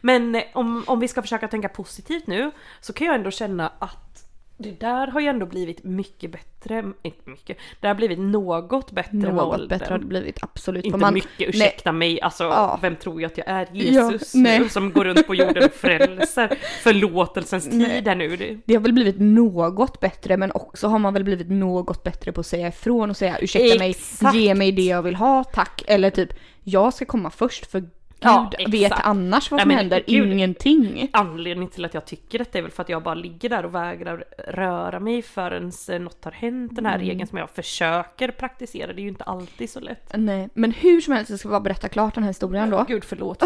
[SPEAKER 2] Men eh, om, om vi ska försöka tänka positivt nu så kan jag ändå känna att det där har ju ändå blivit mycket bättre, inte mycket, det har blivit något bättre med åldern.
[SPEAKER 1] Något bättre har det blivit absolut. för
[SPEAKER 2] Inte
[SPEAKER 1] man-
[SPEAKER 2] mycket, ursäkta mig, alltså
[SPEAKER 1] Ja.
[SPEAKER 2] vem tror jag att jag är?
[SPEAKER 1] Ja,
[SPEAKER 2] Jesus nu
[SPEAKER 1] nej.
[SPEAKER 2] som går runt på jorden och frälser förlåtelsens tid här nu. Det-
[SPEAKER 1] Det har väl blivit något bättre men också har man väl blivit något bättre på att säga ifrån och säga ursäkta
[SPEAKER 2] Exakt.
[SPEAKER 1] mig, ge mig det jag vill ha tack. Eller typ jag ska komma först för gud
[SPEAKER 2] Ja,
[SPEAKER 1] vet
[SPEAKER 2] exakt.
[SPEAKER 1] annars vad
[SPEAKER 2] Nej,
[SPEAKER 1] som
[SPEAKER 2] men
[SPEAKER 1] händer,
[SPEAKER 2] gud.
[SPEAKER 1] ingenting.
[SPEAKER 2] Anledningen till att jag tycker detta är väl för att jag bara ligger där och vägrar röra mig förrän eh, något har hänt. Den här
[SPEAKER 1] Mm.
[SPEAKER 2] regeln som jag försöker praktisera, det är ju inte alltid så lätt.
[SPEAKER 1] Nej men hur som helst jag ska bara berätta klart den här historien då.
[SPEAKER 2] Gud förlåt.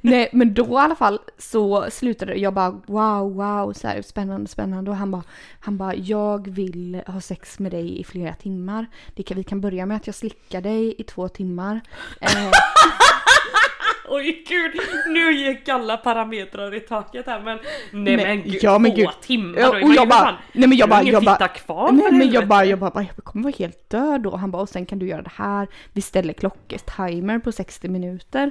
[SPEAKER 1] Nej men då i alla fall så slutade det. jag bara wow wow så här, spännande spännande och han bara han bara jag vill ha sex med dig i flera timmar. Det kan, vi kan börja med att jag slickar dig i två timmar. Eh,
[SPEAKER 2] Oj gud, nu gick alla parametrar i taket här men nej
[SPEAKER 1] Nej,
[SPEAKER 2] men gud,
[SPEAKER 1] ja, men
[SPEAKER 2] två
[SPEAKER 1] gud.
[SPEAKER 2] timmar
[SPEAKER 1] Ja,
[SPEAKER 2] då är
[SPEAKER 1] och
[SPEAKER 2] man
[SPEAKER 1] jag
[SPEAKER 2] ju
[SPEAKER 1] bara-
[SPEAKER 2] fan-
[SPEAKER 1] nej, men jag
[SPEAKER 2] du
[SPEAKER 1] bara-
[SPEAKER 2] har ingen
[SPEAKER 1] jag bara-
[SPEAKER 2] fitta kvar
[SPEAKER 1] nej
[SPEAKER 2] för
[SPEAKER 1] men
[SPEAKER 2] helvete.
[SPEAKER 1] jag bara jag bara jag kommer vara helt död då. Han bara och sen kan du göra det här. Vi ställer klocks-timer på 60 minuter.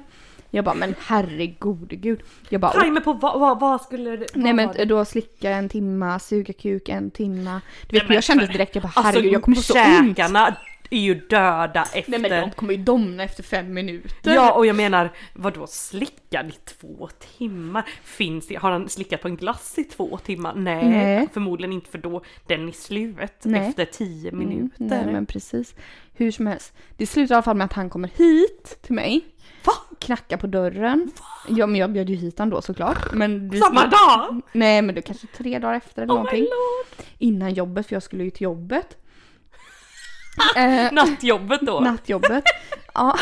[SPEAKER 1] Jag bara men herregud gud. Jag bara
[SPEAKER 2] Timer på vad, vad, vad skulle det
[SPEAKER 1] Nej
[SPEAKER 2] vad var det?
[SPEAKER 1] men då slicka en timma, suga kuk en timma. Du vet
[SPEAKER 2] men
[SPEAKER 1] jag kände
[SPEAKER 2] för- alltså,
[SPEAKER 1] direkt jag bara herregud jag kommer så ont.
[SPEAKER 2] käkarna är ju döda efter.
[SPEAKER 1] Nej men de kommer ju domna efter fem minuter.
[SPEAKER 2] Ja och jag menar vadå slickad i två timmar? Finns det, har han slickat på en glass i två timmar? Nej,
[SPEAKER 1] Nej.
[SPEAKER 2] förmodligen inte för då den är slut
[SPEAKER 1] Nej.
[SPEAKER 2] efter tio
[SPEAKER 1] Mm,
[SPEAKER 2] minuter.
[SPEAKER 1] Nej men precis. Hur som helst. Det slutar i alla fall med att han kommer hit till mig.
[SPEAKER 2] Va?
[SPEAKER 1] Knackar på dörren. Ja men jag bjöd ju hit han då såklart. Men vi-
[SPEAKER 2] Samma dag!
[SPEAKER 1] Nej men det kanske tre dagar efter eller
[SPEAKER 2] Oh my
[SPEAKER 1] Mm, någonting.
[SPEAKER 2] lord!
[SPEAKER 1] Innan jobbet för jag skulle ju till jobbet. eh,
[SPEAKER 2] Nattjobbet då.
[SPEAKER 1] Nattjobbet. ja.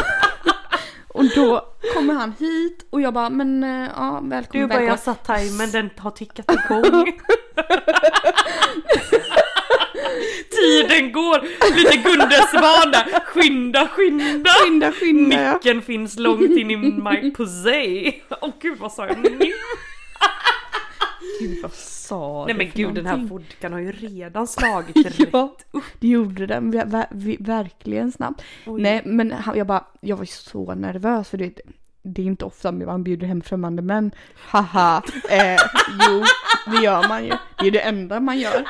[SPEAKER 1] Och då kommer han hit och jag bara men eh, ja
[SPEAKER 2] Du
[SPEAKER 1] välkommen
[SPEAKER 2] bara
[SPEAKER 1] välkommen.
[SPEAKER 2] jag satt timern, den har tickat igång. Tiden går! Lite Gunde där. Skynda, skynda!
[SPEAKER 1] Skynda skynda jag.
[SPEAKER 2] Nyckeln finns långt in i my posey. Åh gud vad sa jag nu?
[SPEAKER 1] Gud vad sa
[SPEAKER 2] Nej
[SPEAKER 1] du
[SPEAKER 2] men
[SPEAKER 1] för
[SPEAKER 2] gud den här
[SPEAKER 1] någonting?
[SPEAKER 2] vodkan har ju redan slagit rätt.
[SPEAKER 1] Ja, det gjorde den ver- ver- vi- verkligen snabbt.
[SPEAKER 2] Oj.
[SPEAKER 1] Nej men han, jag bara, jag var ju så nervös för du vet, det är inte ofta man bjuder hem främmande män. Haha, eh, jo det gör man ju. Det är det enda man gör.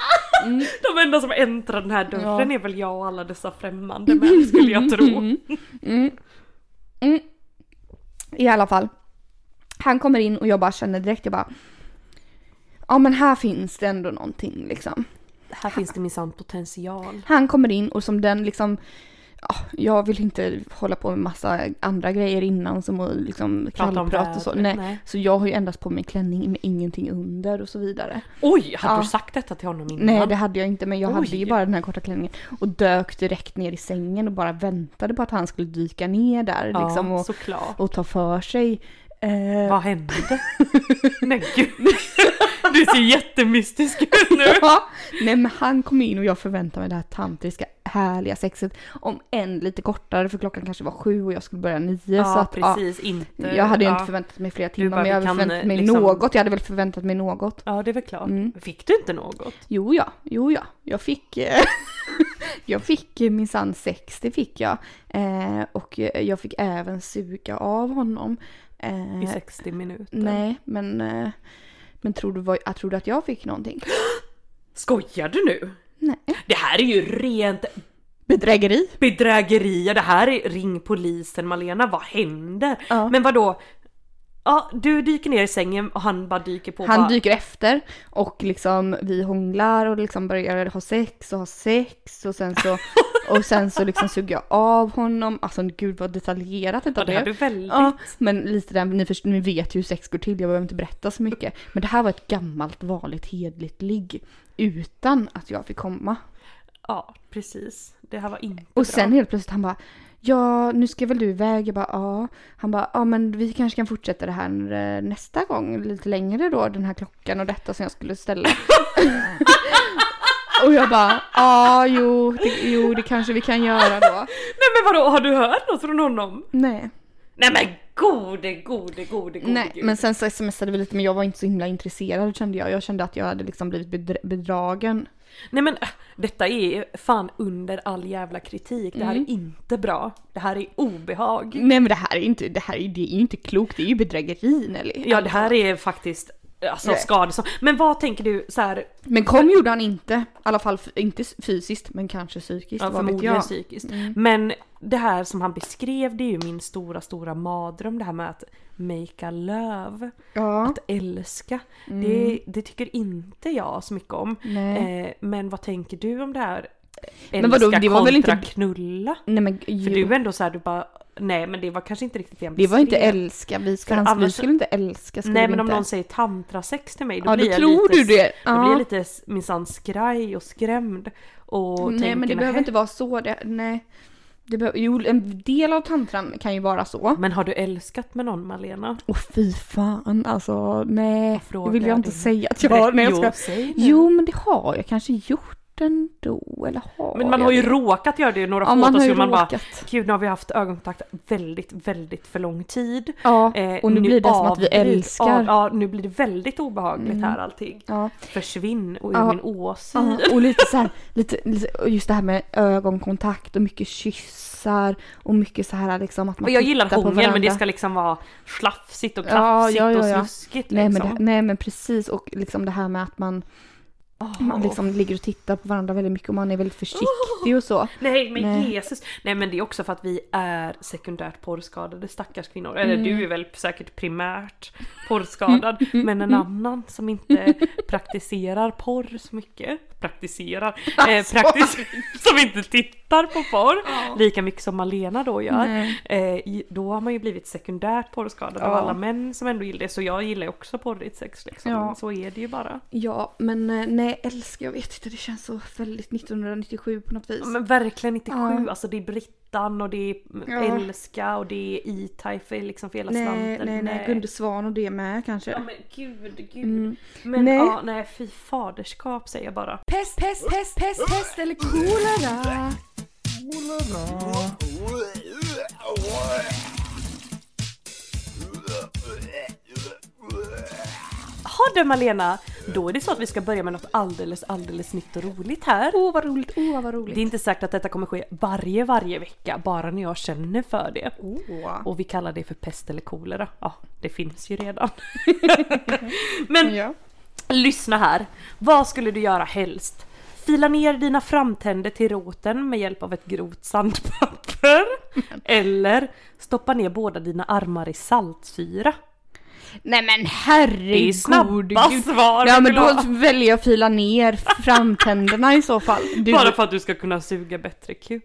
[SPEAKER 1] Mm.
[SPEAKER 2] De enda som äntrar den här dörren
[SPEAKER 1] Ja.
[SPEAKER 2] är väl jag och alla dessa främmande män skulle jag tro.
[SPEAKER 1] Mm. Mm. I alla fall. Han kommer in och jag bara känner direkt, jag bara. Ja men här finns det ändå någonting liksom.
[SPEAKER 2] här finns det minsann potential.
[SPEAKER 1] Han kommer in och som den liksom ja, jag vill inte hålla på med massa andra grejer innan som att liksom
[SPEAKER 2] Prata om
[SPEAKER 1] kallprat och så.
[SPEAKER 2] vädret,
[SPEAKER 1] Nej.
[SPEAKER 2] nej.
[SPEAKER 1] Så jag har ju endast på mig klänning med ingenting under och så vidare.
[SPEAKER 2] Oj, hade
[SPEAKER 1] Ja.
[SPEAKER 2] du sagt detta till honom innan?
[SPEAKER 1] Nej det hade jag inte men jag hade
[SPEAKER 2] Mm, Oj.
[SPEAKER 1] ju bara den här korta klänningen. Och dök direkt ner i sängen och bara väntade på att han skulle dyka ner där
[SPEAKER 2] ja,
[SPEAKER 1] liksom och,
[SPEAKER 2] såklart.
[SPEAKER 1] och ta för sig. Eh,
[SPEAKER 2] Vad hände? Nej gud. Du ser jättemystisk ut nu.
[SPEAKER 1] Ja, nej men han kom in och jag förväntade mig det här tantriska härliga sexet. Om än lite kortare för klockan kanske var sju och jag skulle börja nio. så
[SPEAKER 2] Ja,
[SPEAKER 1] att, ja,
[SPEAKER 2] precis. Inte...
[SPEAKER 1] jag hade ju
[SPEAKER 2] ja.
[SPEAKER 1] inte förväntat mig flera timmar
[SPEAKER 2] bara,
[SPEAKER 1] men jag
[SPEAKER 2] vi
[SPEAKER 1] hade
[SPEAKER 2] kan,
[SPEAKER 1] förväntat mig
[SPEAKER 2] liksom-
[SPEAKER 1] något. Jag hade väl förväntat mig något.
[SPEAKER 2] Ja, det är väl klart.
[SPEAKER 1] Mm.
[SPEAKER 2] Fick du inte något?
[SPEAKER 1] Jo ja, jo ja. Jag fick, eh, jag fick eh, minsann sex, det fick jag. Eh, och eh, jag fick även suga av honom. Eh,
[SPEAKER 2] I 60 minuter?
[SPEAKER 1] nej, men, eh, men tror, du, vad- jag tror du att jag fick någonting?
[SPEAKER 2] Skojar du nu?
[SPEAKER 1] Nej.
[SPEAKER 2] Det här är ju rent
[SPEAKER 1] Bedrägeri?
[SPEAKER 2] bedrägeri. Ja, Det här är ring polisen Malena, vad händer?
[SPEAKER 1] Ja.
[SPEAKER 2] Men vad då? Ja, du dyker ner i sängen och han bara dyker på.
[SPEAKER 1] Han
[SPEAKER 2] bara,
[SPEAKER 1] dyker efter och liksom vi hånglar och liksom börjar ha sex och ha sex och sen så, och sen så liksom suger jag av honom. Alltså gud vad detaljerat detta
[SPEAKER 2] ja, det
[SPEAKER 1] blev.
[SPEAKER 2] har du väldigt.
[SPEAKER 1] Ja, men lite den, ni, först, ni vet ju hur sex går till, jag behöver inte berätta så mycket. Men det här var ett gammalt vanligt hedligt ligg utan att jag fick komma.
[SPEAKER 2] Ja, precis. Det här var inte
[SPEAKER 1] Och
[SPEAKER 2] bra.
[SPEAKER 1] sen helt plötsligt han bara Ja, nu ska väl du iväg? Jag bara ja. Han bara ja men vi kanske kan fortsätta det här eh, nästa gång lite längre då den här klockan och detta som jag skulle ställa. och jag bara ja jo det, jo det kanske vi kan göra då.
[SPEAKER 2] Nej men vadå, har du hört något från honom?
[SPEAKER 1] Nej.
[SPEAKER 2] Nej men gode, gode, gode, gode
[SPEAKER 1] Nej
[SPEAKER 2] gud.
[SPEAKER 1] men sen så smsade vi lite men jag var inte så himla intresserad kände jag. Jag kände att jag hade liksom blivit bedr- bedragen.
[SPEAKER 2] Nej men äh, detta är fan under all jävla kritik. Det här är inte bra. Det här är obehag.
[SPEAKER 1] Mm. Nej men det här är inte, det här är, det är ju inte klokt, det är ju bedrägeri Nelly.
[SPEAKER 2] Ja det här är faktiskt alltså,
[SPEAKER 1] Nej.
[SPEAKER 2] skadestånd. Men vad tänker du så här,
[SPEAKER 1] Men kom gjorde han inte. I alla fall f- inte s- fysiskt men kanske psykiskt.
[SPEAKER 2] ja,
[SPEAKER 1] vad vet
[SPEAKER 2] förmodligen
[SPEAKER 1] jag. Mm.
[SPEAKER 2] psykiskt. Men det här som han beskrev det är ju min stora, stora mardröm det här med att makea love.
[SPEAKER 1] Ja. Mm.
[SPEAKER 2] Att älska. Det, det tycker inte jag så mycket om.
[SPEAKER 1] Nej.
[SPEAKER 2] Eh, men vad tänker du om det här? Älska
[SPEAKER 1] Men vadå, det var
[SPEAKER 2] kontra
[SPEAKER 1] väl inte-
[SPEAKER 2] knulla?
[SPEAKER 1] Nej men
[SPEAKER 2] För
[SPEAKER 1] ju,
[SPEAKER 2] du är ändå så här, du bara nej men det var kanske inte riktigt det han
[SPEAKER 1] det var inte
[SPEAKER 2] beskrev.
[SPEAKER 1] älska. Vi, ska,
[SPEAKER 2] För
[SPEAKER 1] han, vi
[SPEAKER 2] annars-
[SPEAKER 1] skulle inte älska. Skulle
[SPEAKER 2] Nej
[SPEAKER 1] vi
[SPEAKER 2] men om
[SPEAKER 1] inte.
[SPEAKER 2] någon säger tantrasex till mig då
[SPEAKER 1] Ja
[SPEAKER 2] blir
[SPEAKER 1] då
[SPEAKER 2] jag
[SPEAKER 1] tror
[SPEAKER 2] lite,
[SPEAKER 1] du det.
[SPEAKER 2] Då blir jag
[SPEAKER 1] Ja.
[SPEAKER 2] lite s- minsann skraj och skrämd. Och
[SPEAKER 1] Nej
[SPEAKER 2] tänker,
[SPEAKER 1] men det
[SPEAKER 2] "Nähä."
[SPEAKER 1] behöver inte vara så. Det, nej. Det behöver- jo en del av tantran kan ju vara så.
[SPEAKER 2] Men har du älskat med någon Malena?
[SPEAKER 1] Åh fy fan alltså nej. Det
[SPEAKER 2] frågar
[SPEAKER 1] vill jag inte
[SPEAKER 2] du?
[SPEAKER 1] säga att jag har. Nej, jag
[SPEAKER 2] jo,
[SPEAKER 1] ska...
[SPEAKER 2] säg nu.
[SPEAKER 1] Jo men det har jag kanske gjort ändå. Eller har
[SPEAKER 2] Men man
[SPEAKER 1] jag
[SPEAKER 2] har ju
[SPEAKER 1] det?
[SPEAKER 2] råkat göra det i några
[SPEAKER 1] Ja,
[SPEAKER 2] foton
[SPEAKER 1] man har ju
[SPEAKER 2] så man bara
[SPEAKER 1] råkat.
[SPEAKER 2] Gud nu har vi haft ögonkontakt väldigt, väldigt för lång tid.
[SPEAKER 1] Ja,
[SPEAKER 2] Eh,
[SPEAKER 1] och nu, blir det som att vi
[SPEAKER 2] avbryt-
[SPEAKER 1] älskar.
[SPEAKER 2] Av, ja, nu blir det väldigt obehagligt här allting.
[SPEAKER 1] Ja.
[SPEAKER 2] Försvinn och ur
[SPEAKER 1] Ja.
[SPEAKER 2] min åsyn.
[SPEAKER 1] Ja, och lite så här, lite, lite- och just det här med ögonkontakt och mycket kyssar och mycket så här liksom att man
[SPEAKER 2] Men jag gillar
[SPEAKER 1] tittar på
[SPEAKER 2] hångel men det
[SPEAKER 1] varandra.
[SPEAKER 2] ska liksom vara slafsigt och
[SPEAKER 1] Ja,
[SPEAKER 2] klafsigt
[SPEAKER 1] ja, ja, ja.
[SPEAKER 2] och snuskigt
[SPEAKER 1] nej,
[SPEAKER 2] liksom.
[SPEAKER 1] men det, nej men precis och liksom det här med att man,
[SPEAKER 2] Åh.
[SPEAKER 1] man liksom ligger och tittar på varandra väldigt mycket och man är väldigt försiktig och så.
[SPEAKER 2] Nej men
[SPEAKER 1] Nej.
[SPEAKER 2] Jesus! Nej men det är också för att vi är sekundärt porrskadade stackars kvinnor. Eller
[SPEAKER 1] Mm.
[SPEAKER 2] du är väl säkert primärt porrskadad. men en annan som inte praktiserar porr så mycket. Praktiserar. Eh,
[SPEAKER 1] Alltså.
[SPEAKER 2] praktis som inte tittar på porr lika mycket som Malena då gör.
[SPEAKER 1] Nej.
[SPEAKER 2] Eh, i- då har man ju blivit sekundärt porrskadad av
[SPEAKER 1] Ja.
[SPEAKER 2] alla män som ändå gillar det. Så jag gillar ju också porrigt sex liksom.
[SPEAKER 1] Ja.
[SPEAKER 2] Så är det ju bara.
[SPEAKER 1] Ja men eh, nej älskar jag vet inte det känns så väldigt 1997 på något vis.
[SPEAKER 2] Ja, Men verkligen 97,
[SPEAKER 1] Ja.
[SPEAKER 2] alltså det är Brittan och det är
[SPEAKER 1] Ja.
[SPEAKER 2] Älska och det är E-Type för liksom för hela
[SPEAKER 1] nej,
[SPEAKER 2] slanten.
[SPEAKER 1] nej nej Gunde Svan och det med kanske.
[SPEAKER 2] Ja men gud, gud. Men
[SPEAKER 1] Mm. Nej.
[SPEAKER 2] nej. ja, nej fy faderskap säger jag bara.
[SPEAKER 3] Pest, pest, pest, pest, pest eller kolera?
[SPEAKER 2] Jaha du Malena, då är det så att vi ska börja med något alldeles, alldeles nytt och roligt här.
[SPEAKER 1] Åh vad roligt, åh vad roligt.
[SPEAKER 2] Det är inte sagt att detta kommer ske varje, varje vecka, bara när jag känner för det.
[SPEAKER 1] Åh.
[SPEAKER 2] Och vi kallar det för pest eller kolera. Ja, det finns ju redan. men
[SPEAKER 1] Ja.
[SPEAKER 2] Lyssna här. Vad skulle du göra helst? Fila ner dina framtänder till roten med hjälp av ett grovt sandpapper. Eller stoppa ner båda dina armar i saltsyra.
[SPEAKER 1] Nej men
[SPEAKER 2] Det är
[SPEAKER 1] herregud.
[SPEAKER 2] snabba svar
[SPEAKER 1] Ja men
[SPEAKER 2] vill du
[SPEAKER 1] då
[SPEAKER 2] ha.
[SPEAKER 1] väljer jag att fila ner framtänderna i så fall. Du,
[SPEAKER 2] Bara för att du ska kunna suga bättre kuk.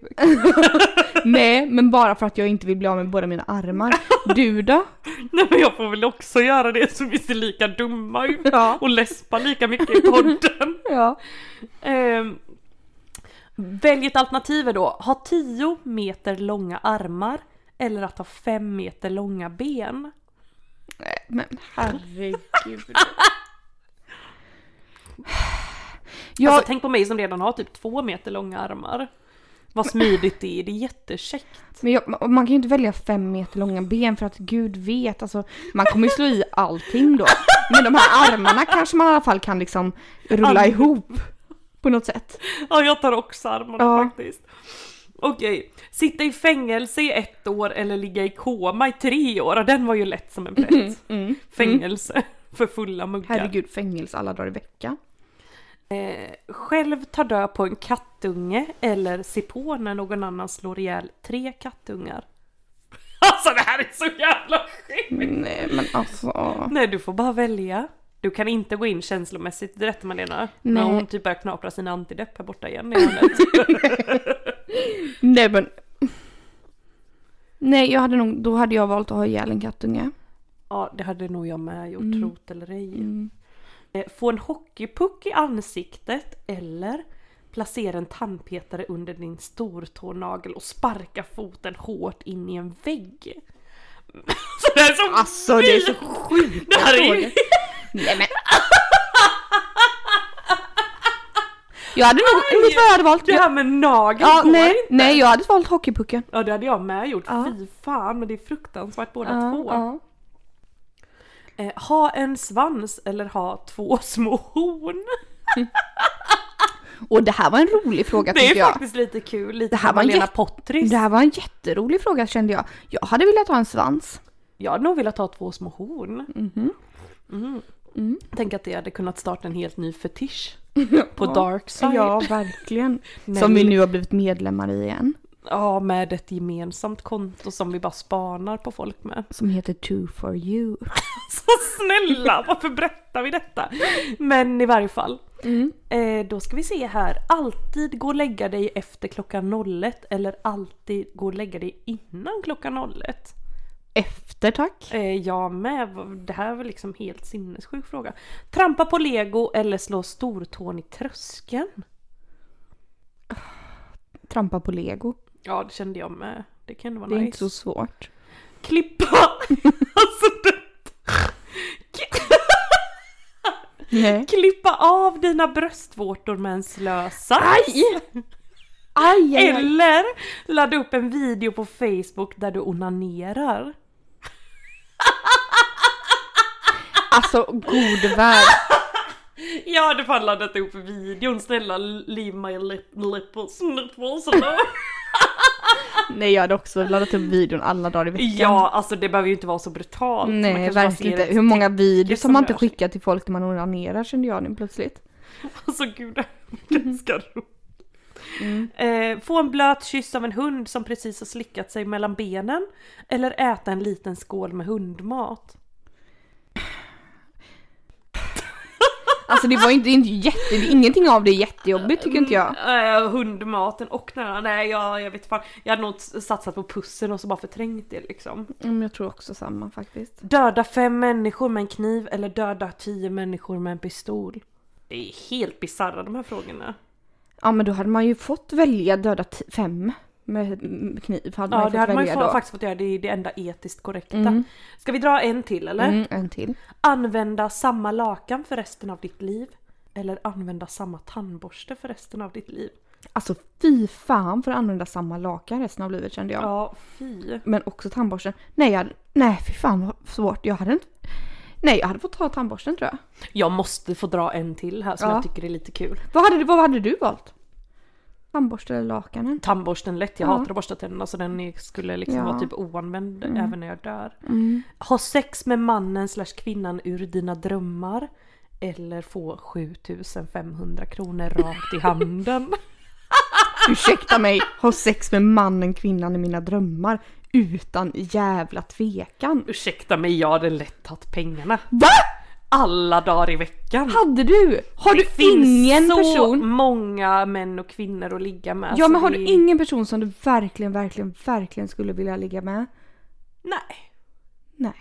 [SPEAKER 1] nej men bara för att jag inte vill bli av med båda mina armar. Du då?
[SPEAKER 2] Nej men jag får väl också göra det så vi ser lika dumma ut.
[SPEAKER 1] Ja.
[SPEAKER 2] Och läspa lika mycket i podden.
[SPEAKER 1] Ja.
[SPEAKER 2] Ehm, välj ett alternativ då. Ha 10 meter långa armar eller att ha 5 meter långa ben.
[SPEAKER 1] Nej, Men herregud. Jag,
[SPEAKER 2] Alltså tänk på mig som redan har typ 2 meter långa armar. Vad smidigt det är, det är jättekäckt.
[SPEAKER 1] men jag, och man kan ju inte välja fem meter långa ben för att gud vet, alltså man kommer ju slå i allting då. Men de här armarna kanske man i alla fall kan liksom rulla
[SPEAKER 2] Arm-
[SPEAKER 1] ihop på något sätt.
[SPEAKER 2] Ja, jag tar också armarna
[SPEAKER 1] Ja.
[SPEAKER 2] faktiskt. Okej, sitta i fängelse i ett år eller ligga i koma i tre år. Ja, Den var ju lätt som en plätt. Fängelse för fulla muggar.
[SPEAKER 1] Mhm, mm, Herregud, fängelse alla dagar i veckan.
[SPEAKER 2] Eh, själv ta död på en kattunge eller se på när någon annan slår ihjäl tre kattungar. Alltså det här är så jävla skit!
[SPEAKER 1] Mm, Nej men alltså.
[SPEAKER 2] Nej du får bara välja. Du kan inte gå in känslomässigt, det är rätt Malena. När
[SPEAKER 1] Nej.
[SPEAKER 2] hon typ börjar knapra sina antidepp här borta igen i hörnet.
[SPEAKER 1] Nej men. Nej jag hade nog, då hade jag valt att ha ihjäl en kattunge.
[SPEAKER 2] Ja det hade nog jag med gjort,
[SPEAKER 1] Mm.
[SPEAKER 2] trot eller ej. Eh, Få en hockeypuck i ansiktet eller placera en tandpetare under din stortånagel och sparka foten hårt in i en vägg. Så det här är så
[SPEAKER 1] Alltså det är så sjukt.
[SPEAKER 2] Det här är ju...
[SPEAKER 1] Nej men. Jag hade nog, vet du vad jag hade valt?
[SPEAKER 2] Det här med nageln
[SPEAKER 1] Ja,
[SPEAKER 2] går
[SPEAKER 1] nej,
[SPEAKER 2] inte.
[SPEAKER 1] nej jag hade valt hockeypucken.
[SPEAKER 2] Ja det hade jag med gjort,
[SPEAKER 1] Ja.
[SPEAKER 2] fy fan men det är fruktansvärt båda
[SPEAKER 1] Ja,
[SPEAKER 2] två.
[SPEAKER 1] ja.
[SPEAKER 2] Eh, ha en svans eller ha två små horn.
[SPEAKER 1] Och det här var en rolig fråga
[SPEAKER 2] Det
[SPEAKER 1] tycker
[SPEAKER 2] är
[SPEAKER 1] jag.
[SPEAKER 2] faktiskt lite kul, lite
[SPEAKER 1] Det här
[SPEAKER 2] som
[SPEAKER 1] var en
[SPEAKER 2] Malena
[SPEAKER 1] jätte-
[SPEAKER 2] Pottris.
[SPEAKER 1] Det här var en jätterolig fråga kände jag. Jag hade velat ha en svans.
[SPEAKER 2] Jag hade nog velat ha två små horn. Mm. Tänk att det hade kunnat starta en helt ny fetisch på dark side. Ja.
[SPEAKER 1] verkligen.
[SPEAKER 2] Nej.
[SPEAKER 1] Som vi nu har blivit medlemmar i igen.
[SPEAKER 2] med ett gemensamt konto som vi bara spanar på folk med.
[SPEAKER 1] Som heter Two for you.
[SPEAKER 2] Så snälla, varför berättar vi detta? Men i varje fall. Eh, då ska vi se här. Alltid gå och lägga dig efter klockan 01 eller alltid gå och lägga dig innan klockan 01.
[SPEAKER 1] Efter tack.
[SPEAKER 2] Eh, jag med. Vad- Det här var liksom helt sinnessjuk fråga. Trampa på lego eller slå stortån i tröskeln?
[SPEAKER 1] Trampa på lego.
[SPEAKER 2] Ja, det kände jag med. Det kan ju vara
[SPEAKER 1] Det är
[SPEAKER 2] nice.
[SPEAKER 1] inte så svårt.
[SPEAKER 2] Klippa! alltså det...
[SPEAKER 1] Nej.
[SPEAKER 2] Klippa av dina bröstvårtor med en slösa.
[SPEAKER 1] Aj! Aj, aj, aj.
[SPEAKER 2] Eller ladda upp en video på Facebook där du onanerar.
[SPEAKER 1] Alltså god värld.
[SPEAKER 2] Jag hade fan laddat upp videon, snälla leave my lip, nipples, nipples alone.
[SPEAKER 1] Nej jag hade också laddat upp videon alla dagar i veckan.
[SPEAKER 2] Ja, alltså det behöver ju inte vara så brutalt. Man
[SPEAKER 1] Nej
[SPEAKER 2] kanske bara
[SPEAKER 1] verkligen
[SPEAKER 2] ser
[SPEAKER 1] inte.
[SPEAKER 2] ett
[SPEAKER 1] Hur många videos
[SPEAKER 2] som
[SPEAKER 1] har man inte
[SPEAKER 2] rör sig.
[SPEAKER 1] skickat till folk när man onanerar kände jag nu plötsligt.
[SPEAKER 2] Alltså gud, det här var ganska
[SPEAKER 1] Mm.
[SPEAKER 2] roligt. Eh, få en blöt kyss av en hund som precis har slickat sig mellan benen. Eller äta en liten skål med hundmat.
[SPEAKER 1] Alltså det var inte, det är inte jätte, det är ingenting av det är jättejobbigt tycker inte jag.
[SPEAKER 2] Eh, hundmaten och nära, nej jag, jag vet fan. Jag hade nog s- satsat på pussen och så bara förträngt det liksom.
[SPEAKER 1] Mm, jag tror också samma faktiskt.
[SPEAKER 2] Döda fem människor med en kniv eller döda tio människor med en pistol. Det är helt bisarra de här frågorna.
[SPEAKER 1] Ja men då hade man ju fått välja döda t- fem med med kniv. Hade man
[SPEAKER 2] Ja
[SPEAKER 1] ju
[SPEAKER 2] det
[SPEAKER 1] fått
[SPEAKER 2] hade man ju
[SPEAKER 1] välja
[SPEAKER 2] fa-
[SPEAKER 1] då.
[SPEAKER 2] faktiskt fått göra, det är det enda etiskt korrekta. Ska vi dra en till eller?
[SPEAKER 1] Mm, en till.
[SPEAKER 2] Använda samma lakan för resten av ditt liv. Eller använda samma tandborste för resten av ditt liv.
[SPEAKER 1] Alltså fy fan för att använda samma lakan resten av livet kände jag.
[SPEAKER 2] Ja, fy.
[SPEAKER 1] Men också tandborsten. Nej, jag hade, nej fy fan vad svårt. Jag hade inte... Nej jag hade fått ta tandborsten tror jag.
[SPEAKER 2] Jag måste få dra en till här som
[SPEAKER 1] Ja.
[SPEAKER 2] jag tycker är lite kul.
[SPEAKER 1] Vad hade, du- vad hade du valt? Tandborsten eller lakanen?
[SPEAKER 2] Tandborsten lätt, jag
[SPEAKER 1] Ja.
[SPEAKER 2] hatar att borsta tänderna så den är- skulle liksom
[SPEAKER 1] Ja.
[SPEAKER 2] vara typ oanvänd även när jag dör. Ha sex med mannen slash kvinnan ur dina drömmar. Eller få 7500 kronor rakt i handen.
[SPEAKER 1] Ursäkta mig, ha sex med mannen, kvinnan i mina drömmar. utan jävla tvekan.
[SPEAKER 2] Ursäkta mig, jag hade lätt tagit pengarna.
[SPEAKER 1] Va?
[SPEAKER 2] Alla dagar i veckan.
[SPEAKER 1] Hade du? Har
[SPEAKER 2] det
[SPEAKER 1] du ingen
[SPEAKER 2] så
[SPEAKER 1] person?
[SPEAKER 2] många män och kvinnor att ligga med.
[SPEAKER 1] Ja
[SPEAKER 2] så
[SPEAKER 1] men har
[SPEAKER 2] alltså, det-
[SPEAKER 1] du ingen person som du verkligen, verkligen, verkligen skulle vilja ligga med?
[SPEAKER 2] Nej.
[SPEAKER 1] Nej.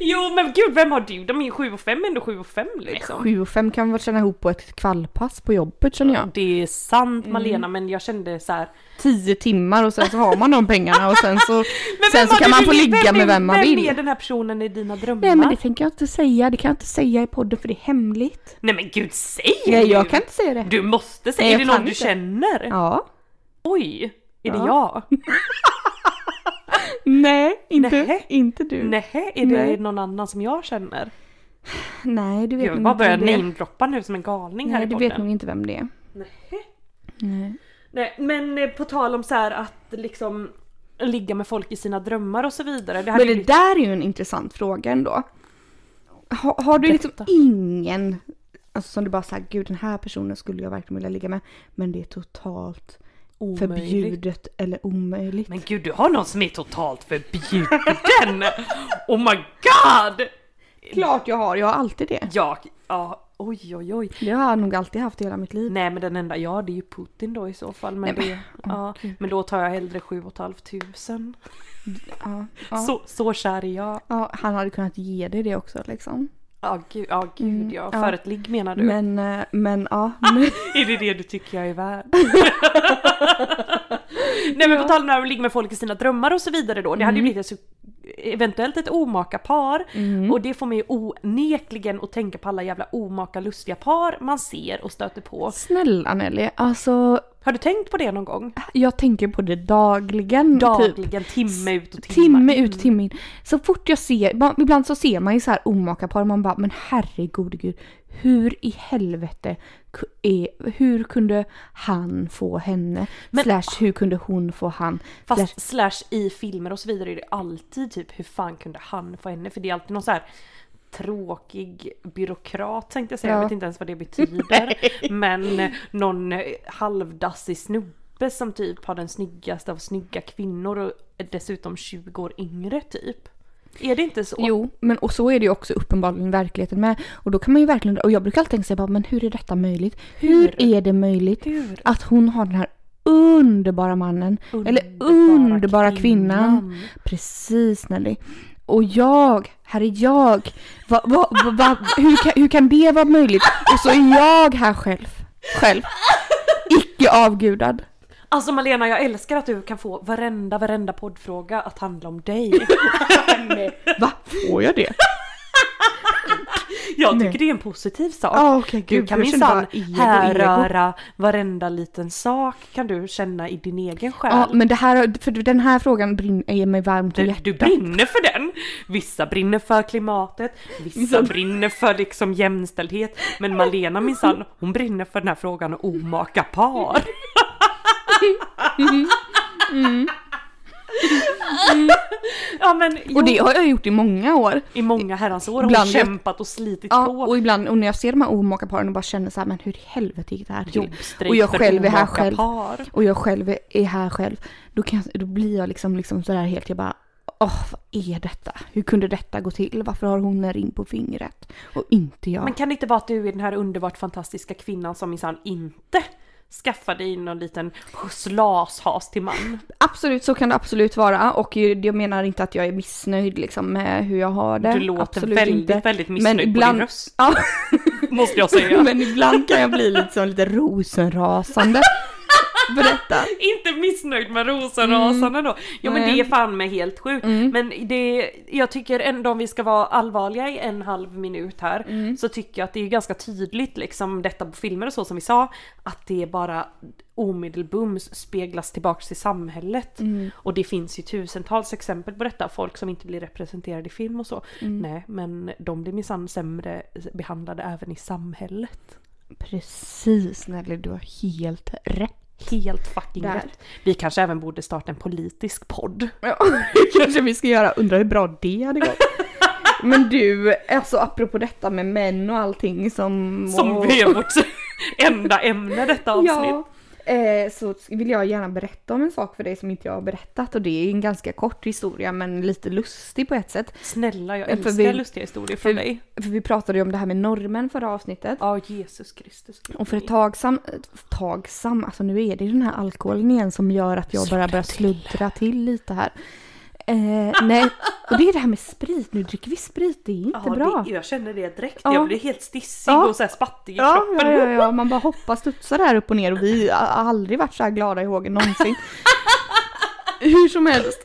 [SPEAKER 2] Jo men gud, vem har du? De är ju 7 och 5 ändå 7 och 5 liksom.
[SPEAKER 1] Sju och fem kan vi väl känna ihop på ett kvällpass på jobbet känner jag.
[SPEAKER 2] Det är sant
[SPEAKER 1] Mm.
[SPEAKER 2] Malena men jag kände så här.
[SPEAKER 1] Tio timmar och sen så har man de pengarna och sen så,
[SPEAKER 2] Men
[SPEAKER 1] sen
[SPEAKER 2] vem
[SPEAKER 1] så
[SPEAKER 2] har
[SPEAKER 1] kan
[SPEAKER 2] du
[SPEAKER 1] man få
[SPEAKER 2] vill-
[SPEAKER 1] ligga med
[SPEAKER 2] är-
[SPEAKER 1] vem man
[SPEAKER 2] Vem är
[SPEAKER 1] vill.
[SPEAKER 2] den här personen i dina drömmar?
[SPEAKER 1] Nej men det tänker jag inte säga, det kan jag inte säga i podden för det är hemligt.
[SPEAKER 2] Nej men gud säg
[SPEAKER 1] Nej
[SPEAKER 2] nu!
[SPEAKER 1] jag kan inte säga det.
[SPEAKER 2] Du måste säga,
[SPEAKER 1] Nej,
[SPEAKER 2] är
[SPEAKER 1] jag
[SPEAKER 2] det
[SPEAKER 1] kan
[SPEAKER 2] någon du
[SPEAKER 1] inte.
[SPEAKER 2] känner?
[SPEAKER 1] Ja.
[SPEAKER 2] Oj, är det jag?
[SPEAKER 1] Ja. Mm. Nej, inte,
[SPEAKER 2] Nähä.
[SPEAKER 1] inte du. Nej.
[SPEAKER 2] Nej, är det
[SPEAKER 1] Nej.
[SPEAKER 2] någon annan som jag känner?
[SPEAKER 1] du vet
[SPEAKER 2] Jag
[SPEAKER 1] nog
[SPEAKER 2] bara
[SPEAKER 1] inte
[SPEAKER 2] börjar
[SPEAKER 1] vem det är.
[SPEAKER 2] namedroppa nu som en galning här
[SPEAKER 1] Nej,
[SPEAKER 2] i
[SPEAKER 1] du
[SPEAKER 2] podden.
[SPEAKER 1] vet nog inte vem det är.
[SPEAKER 2] Nej.
[SPEAKER 1] Nej.
[SPEAKER 2] Nej, men eh, på tal om så här att liksom ligga med folk i sina drömmar och så vidare. Det hade ju
[SPEAKER 1] Men det
[SPEAKER 2] blivit-
[SPEAKER 1] där är ju en intressant fråga ändå. Har, har du liksom
[SPEAKER 2] Berätta.
[SPEAKER 1] ingen, alltså som du bara säger, gud den här personen skulle jag verkligen vilja ligga med, men det är totalt
[SPEAKER 2] Omöjligt.
[SPEAKER 1] förbjudet eller omöjligt.
[SPEAKER 2] Men gud, du har någon som är totalt förbjuden! oh my god!
[SPEAKER 1] Klart jag har, jag har alltid det.
[SPEAKER 2] Jag, ja, oj oj oj.
[SPEAKER 1] Det har jag nog alltid haft i hela mitt liv.
[SPEAKER 2] Nej men den enda jag har, det är ju Putin då i så fall. Men,
[SPEAKER 1] Nej,
[SPEAKER 2] det, ja, men då tar jag hellre 7 tusen.
[SPEAKER 1] Ja, ja.
[SPEAKER 2] Så, så kär är jag.
[SPEAKER 1] Ja, han hade kunnat ge dig det också liksom.
[SPEAKER 2] Ja gud, ja, gud ja.
[SPEAKER 1] Mm, ja.
[SPEAKER 2] För ett ligg menar du?
[SPEAKER 1] Men, eh, men ja. Men,
[SPEAKER 2] Är det det du tycker jag är värd? Nej men på tal om det här att ligga med folk i sina drömmar och så vidare då. Det hade ju
[SPEAKER 1] Mm.
[SPEAKER 2] blivit ett, så- eventuellt ett omaka par. Och det får mig ju onekligen att tänka på alla jävla omaka lustiga par man ser och stöter på.
[SPEAKER 1] snälla Nelly, alltså
[SPEAKER 2] Har du tänkt på det någon gång?
[SPEAKER 1] jag tänker på det dagligen. Typ.
[SPEAKER 2] Dagligen, timme ut och timme
[SPEAKER 1] Timme ut timme in. Så fort jag ser, ba- ibland så ser man ju så här omaka par och man bara men herregud gud, hur i helvete ku- är, hur kunde han få henne?
[SPEAKER 2] Men-
[SPEAKER 1] slash hur kunde hon få han? Slash,
[SPEAKER 2] Fast slash i filmer och så vidare är det alltid typ hur fan kunde han få henne? För det är alltid någon så här tråkig byråkrat tänkte jag säga, jag
[SPEAKER 1] Ja.
[SPEAKER 2] vet inte ens vad det betyder. Men eh, någon eh, halvdassig snubbe som typ har den snyggaste av snygga kvinnor och är dessutom 20 år yngre typ. Är det inte så?
[SPEAKER 1] Jo, men och så är det ju också uppenbarligen i verkligheten med. Och då kan man ju verkligen, och jag brukar alltid tänka sig bara, men hur är detta möjligt? Hur, är det möjligt
[SPEAKER 2] Hur?
[SPEAKER 1] att hon har den här underbara mannen? eller underbara kvinnan. Precis Nelly. Och jag, här är jag. Va, va, va, va, hur, kan, hur kan det vara möjligt? Och så är jag här själv. Själv. Icke avgudad.
[SPEAKER 2] Alltså Malena jag älskar att du kan få varenda, varenda poddfråga att handla om dig.
[SPEAKER 1] Va? Får jag det?
[SPEAKER 2] Jag
[SPEAKER 1] Nej.
[SPEAKER 2] tycker det är en positiv sak.
[SPEAKER 1] Ja, okej
[SPEAKER 2] Du
[SPEAKER 1] gud.
[SPEAKER 2] kan
[SPEAKER 1] jag känner bara
[SPEAKER 2] minsann
[SPEAKER 1] ego, ego.
[SPEAKER 2] härröra varenda liten sak kan du känna i din egen själ.
[SPEAKER 1] Ja, men det här, för den här frågan brinner, är mig varmt om
[SPEAKER 2] du,
[SPEAKER 1] hjärtat.
[SPEAKER 2] du brinner för den! Vissa brinner för klimatet, vissa brinner för liksom jämställdhet. Men Malena minsann, hon brinner för den här frågan om omaka par.
[SPEAKER 1] Mm.
[SPEAKER 2] Ja men jo,
[SPEAKER 1] Och det har jag gjort i många år.
[SPEAKER 2] i många herrans år har hon
[SPEAKER 1] Ibland-
[SPEAKER 2] kämpat och slitit
[SPEAKER 1] Ja,
[SPEAKER 2] på.
[SPEAKER 1] och ibland och när jag ser de här omaka paren och bara känner så här, men hur i helvete gick det här till?
[SPEAKER 2] Jobbstrejk
[SPEAKER 1] Och jag
[SPEAKER 2] för
[SPEAKER 1] själv är här
[SPEAKER 2] omaka
[SPEAKER 1] själv.
[SPEAKER 2] Par.
[SPEAKER 1] och jag själv är- är här själv, då, kan jag, då blir jag liksom, liksom sådär helt, jag bara åh vad är detta? Hur kunde detta gå till? Varför har hon en ring på fingret? Och inte jag.
[SPEAKER 2] Men kan det inte vara att du är den här underbart fantastiska kvinnan som minsann inte skaffar dig någon liten slashas till man?
[SPEAKER 1] Absolut, så kan det absolut vara och ju- jag menar inte att jag är missnöjd liksom med hur jag har det.
[SPEAKER 2] Du låter
[SPEAKER 1] absolut
[SPEAKER 2] väldigt,
[SPEAKER 1] inte.
[SPEAKER 2] väldigt missnöjd
[SPEAKER 1] men
[SPEAKER 2] på
[SPEAKER 1] ibland,
[SPEAKER 2] din röst,
[SPEAKER 1] Ja,
[SPEAKER 2] måste jag säga.
[SPEAKER 1] men ibland kan jag bli lite, som, lite rosenrasande. Berätta.
[SPEAKER 2] Inte missnöjd med rosenrasarna då. Jo men
[SPEAKER 1] Mm. Nej. Mm.
[SPEAKER 2] det är fan med helt sjukt. Men det, jag tycker ändå om vi ska vara allvarliga i en halv minut här
[SPEAKER 1] Mm.
[SPEAKER 2] så tycker jag att det är ganska tydligt liksom detta på filmer och så som vi sa att det bara omedelbums speglas tillbaks till samhället.
[SPEAKER 1] Mm.
[SPEAKER 2] Och det finns ju tusentals exempel på detta, folk som inte blir representerade i film och så.
[SPEAKER 1] Mm.
[SPEAKER 2] Nej men de blir minsann sämre behandlade även i samhället.
[SPEAKER 1] Precis Nelly, du har helt rätt.
[SPEAKER 2] Helt fucking
[SPEAKER 1] Där.
[SPEAKER 2] rätt. Vi kanske även borde starta en politisk podd.
[SPEAKER 1] Ja, kanske vi ska göra. Undrar hur bra det hade gått. Men du, alltså apropå detta med män och allting som...
[SPEAKER 2] Som
[SPEAKER 1] och,
[SPEAKER 2] är vårt enda ämne detta avsnitt.
[SPEAKER 1] Ja. Eh, så vill jag gärna berätta om en sak för dig som inte jag har berättat och det är en ganska kort historia men lite lustig på ett sätt.
[SPEAKER 2] Snälla, jag
[SPEAKER 1] Ja, för
[SPEAKER 2] älskar
[SPEAKER 1] vi-
[SPEAKER 2] lustiga historier från dig.
[SPEAKER 1] För vi pratade ju om det här med normen förra avsnittet.
[SPEAKER 2] Ja, Jesus Kristus.
[SPEAKER 1] Och för ett tag sam, ett tag sam, alltså nu är det ju den här alkoholen igen som gör att jag bara börjar sluddra till lite här. Eh, nej, och det är det här med sprit, nu dricker vi sprit, det är inte
[SPEAKER 2] ja,
[SPEAKER 1] bra.
[SPEAKER 2] Det, jag känner det direkt.
[SPEAKER 1] Ja.
[SPEAKER 2] Jag blir helt stissig
[SPEAKER 1] Ja.
[SPEAKER 2] och så här spattig i
[SPEAKER 1] Ja,
[SPEAKER 2] kroppen.
[SPEAKER 1] ja, ja, ja, man bara hoppar studsar här upp och ner och vi har aldrig varit så här glada i hågen någonsin. Hur som helst.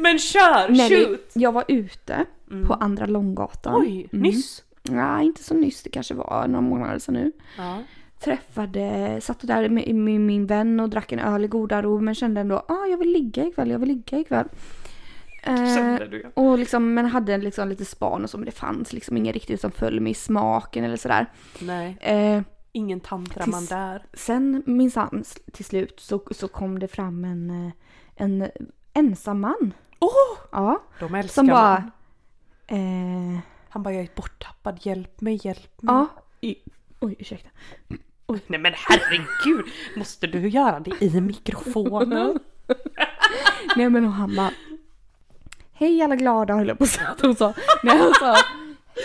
[SPEAKER 2] Men kör!
[SPEAKER 1] Nej,
[SPEAKER 2] shoot! Mm.
[SPEAKER 1] Jag var ute på Andra Långgatan.
[SPEAKER 2] Oj, nyss.
[SPEAKER 1] Nej, inte så nyss, det kanske var några månader sedan nu.
[SPEAKER 2] Ja.
[SPEAKER 1] Träffade, satt där med, med min vän och drack en öl i goda ro men kände ändå ah, jag vill ligga ikväll, jag vill ligga ikväll. Eh,
[SPEAKER 2] Kände du ja.
[SPEAKER 1] och liksom, men hade liksom lite span och så men det fanns liksom ingen riktigt som föll mig i smaken eller sådär.
[SPEAKER 2] Nej,
[SPEAKER 1] Eh,
[SPEAKER 2] ingen tantraman
[SPEAKER 1] Tills-
[SPEAKER 2] där.
[SPEAKER 1] sen minsann s- till slut så, så kom det fram en, eh, en ensam man.
[SPEAKER 2] Åh!
[SPEAKER 1] Ja,
[SPEAKER 2] De älskar
[SPEAKER 1] som
[SPEAKER 2] man. Mm.
[SPEAKER 1] bara... Eh,
[SPEAKER 2] Han bara jag är borttappad, hjälp mig, hjälp mig.
[SPEAKER 1] ja. i- Oj, ursäkta.
[SPEAKER 2] Nej men herregud! Måste du göra det i mikrofonen?
[SPEAKER 1] Nej men och han bara Hej alla glada höll jag på att säga att hon sa. Nej hon sa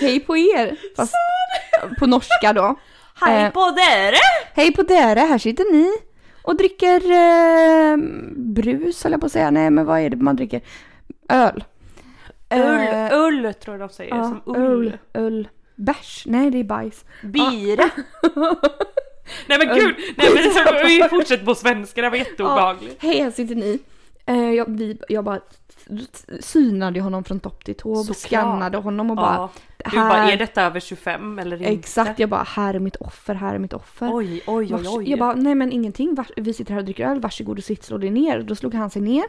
[SPEAKER 1] Hej på er! Fast på norska då. Eh,
[SPEAKER 2] på dere!
[SPEAKER 1] Hej på dere, här sitter ni och dricker eh, brus höll jag på att säga. Nej men vad är det man dricker? Öl. Eh,
[SPEAKER 2] Ull, ull tror jag de säger.
[SPEAKER 1] ja,
[SPEAKER 2] som ull.
[SPEAKER 1] öl. Öl. Bärs? Nej det är bajs. Ah.
[SPEAKER 2] Bira. Nej men gud! Nej, men, så- vi fortsätter på svenska, det var jätteobehagligt.
[SPEAKER 1] Hej här sitter ni. Eh, jag, vi, jag bara synade honom från topp till tå och
[SPEAKER 2] Såklart.
[SPEAKER 1] skannade honom och bara
[SPEAKER 2] Ja. Du bara, är detta över 25 eller inte?
[SPEAKER 1] Exakt, jag bara här är mitt offer, här är mitt offer.
[SPEAKER 2] Oj, oj, oj,
[SPEAKER 1] Vars-
[SPEAKER 2] oj.
[SPEAKER 1] Jag bara, nej men ingenting. Vars, vi sitter här och dricker öl. Varsågod och sitt, slå dig ner. Då slog han sig ner.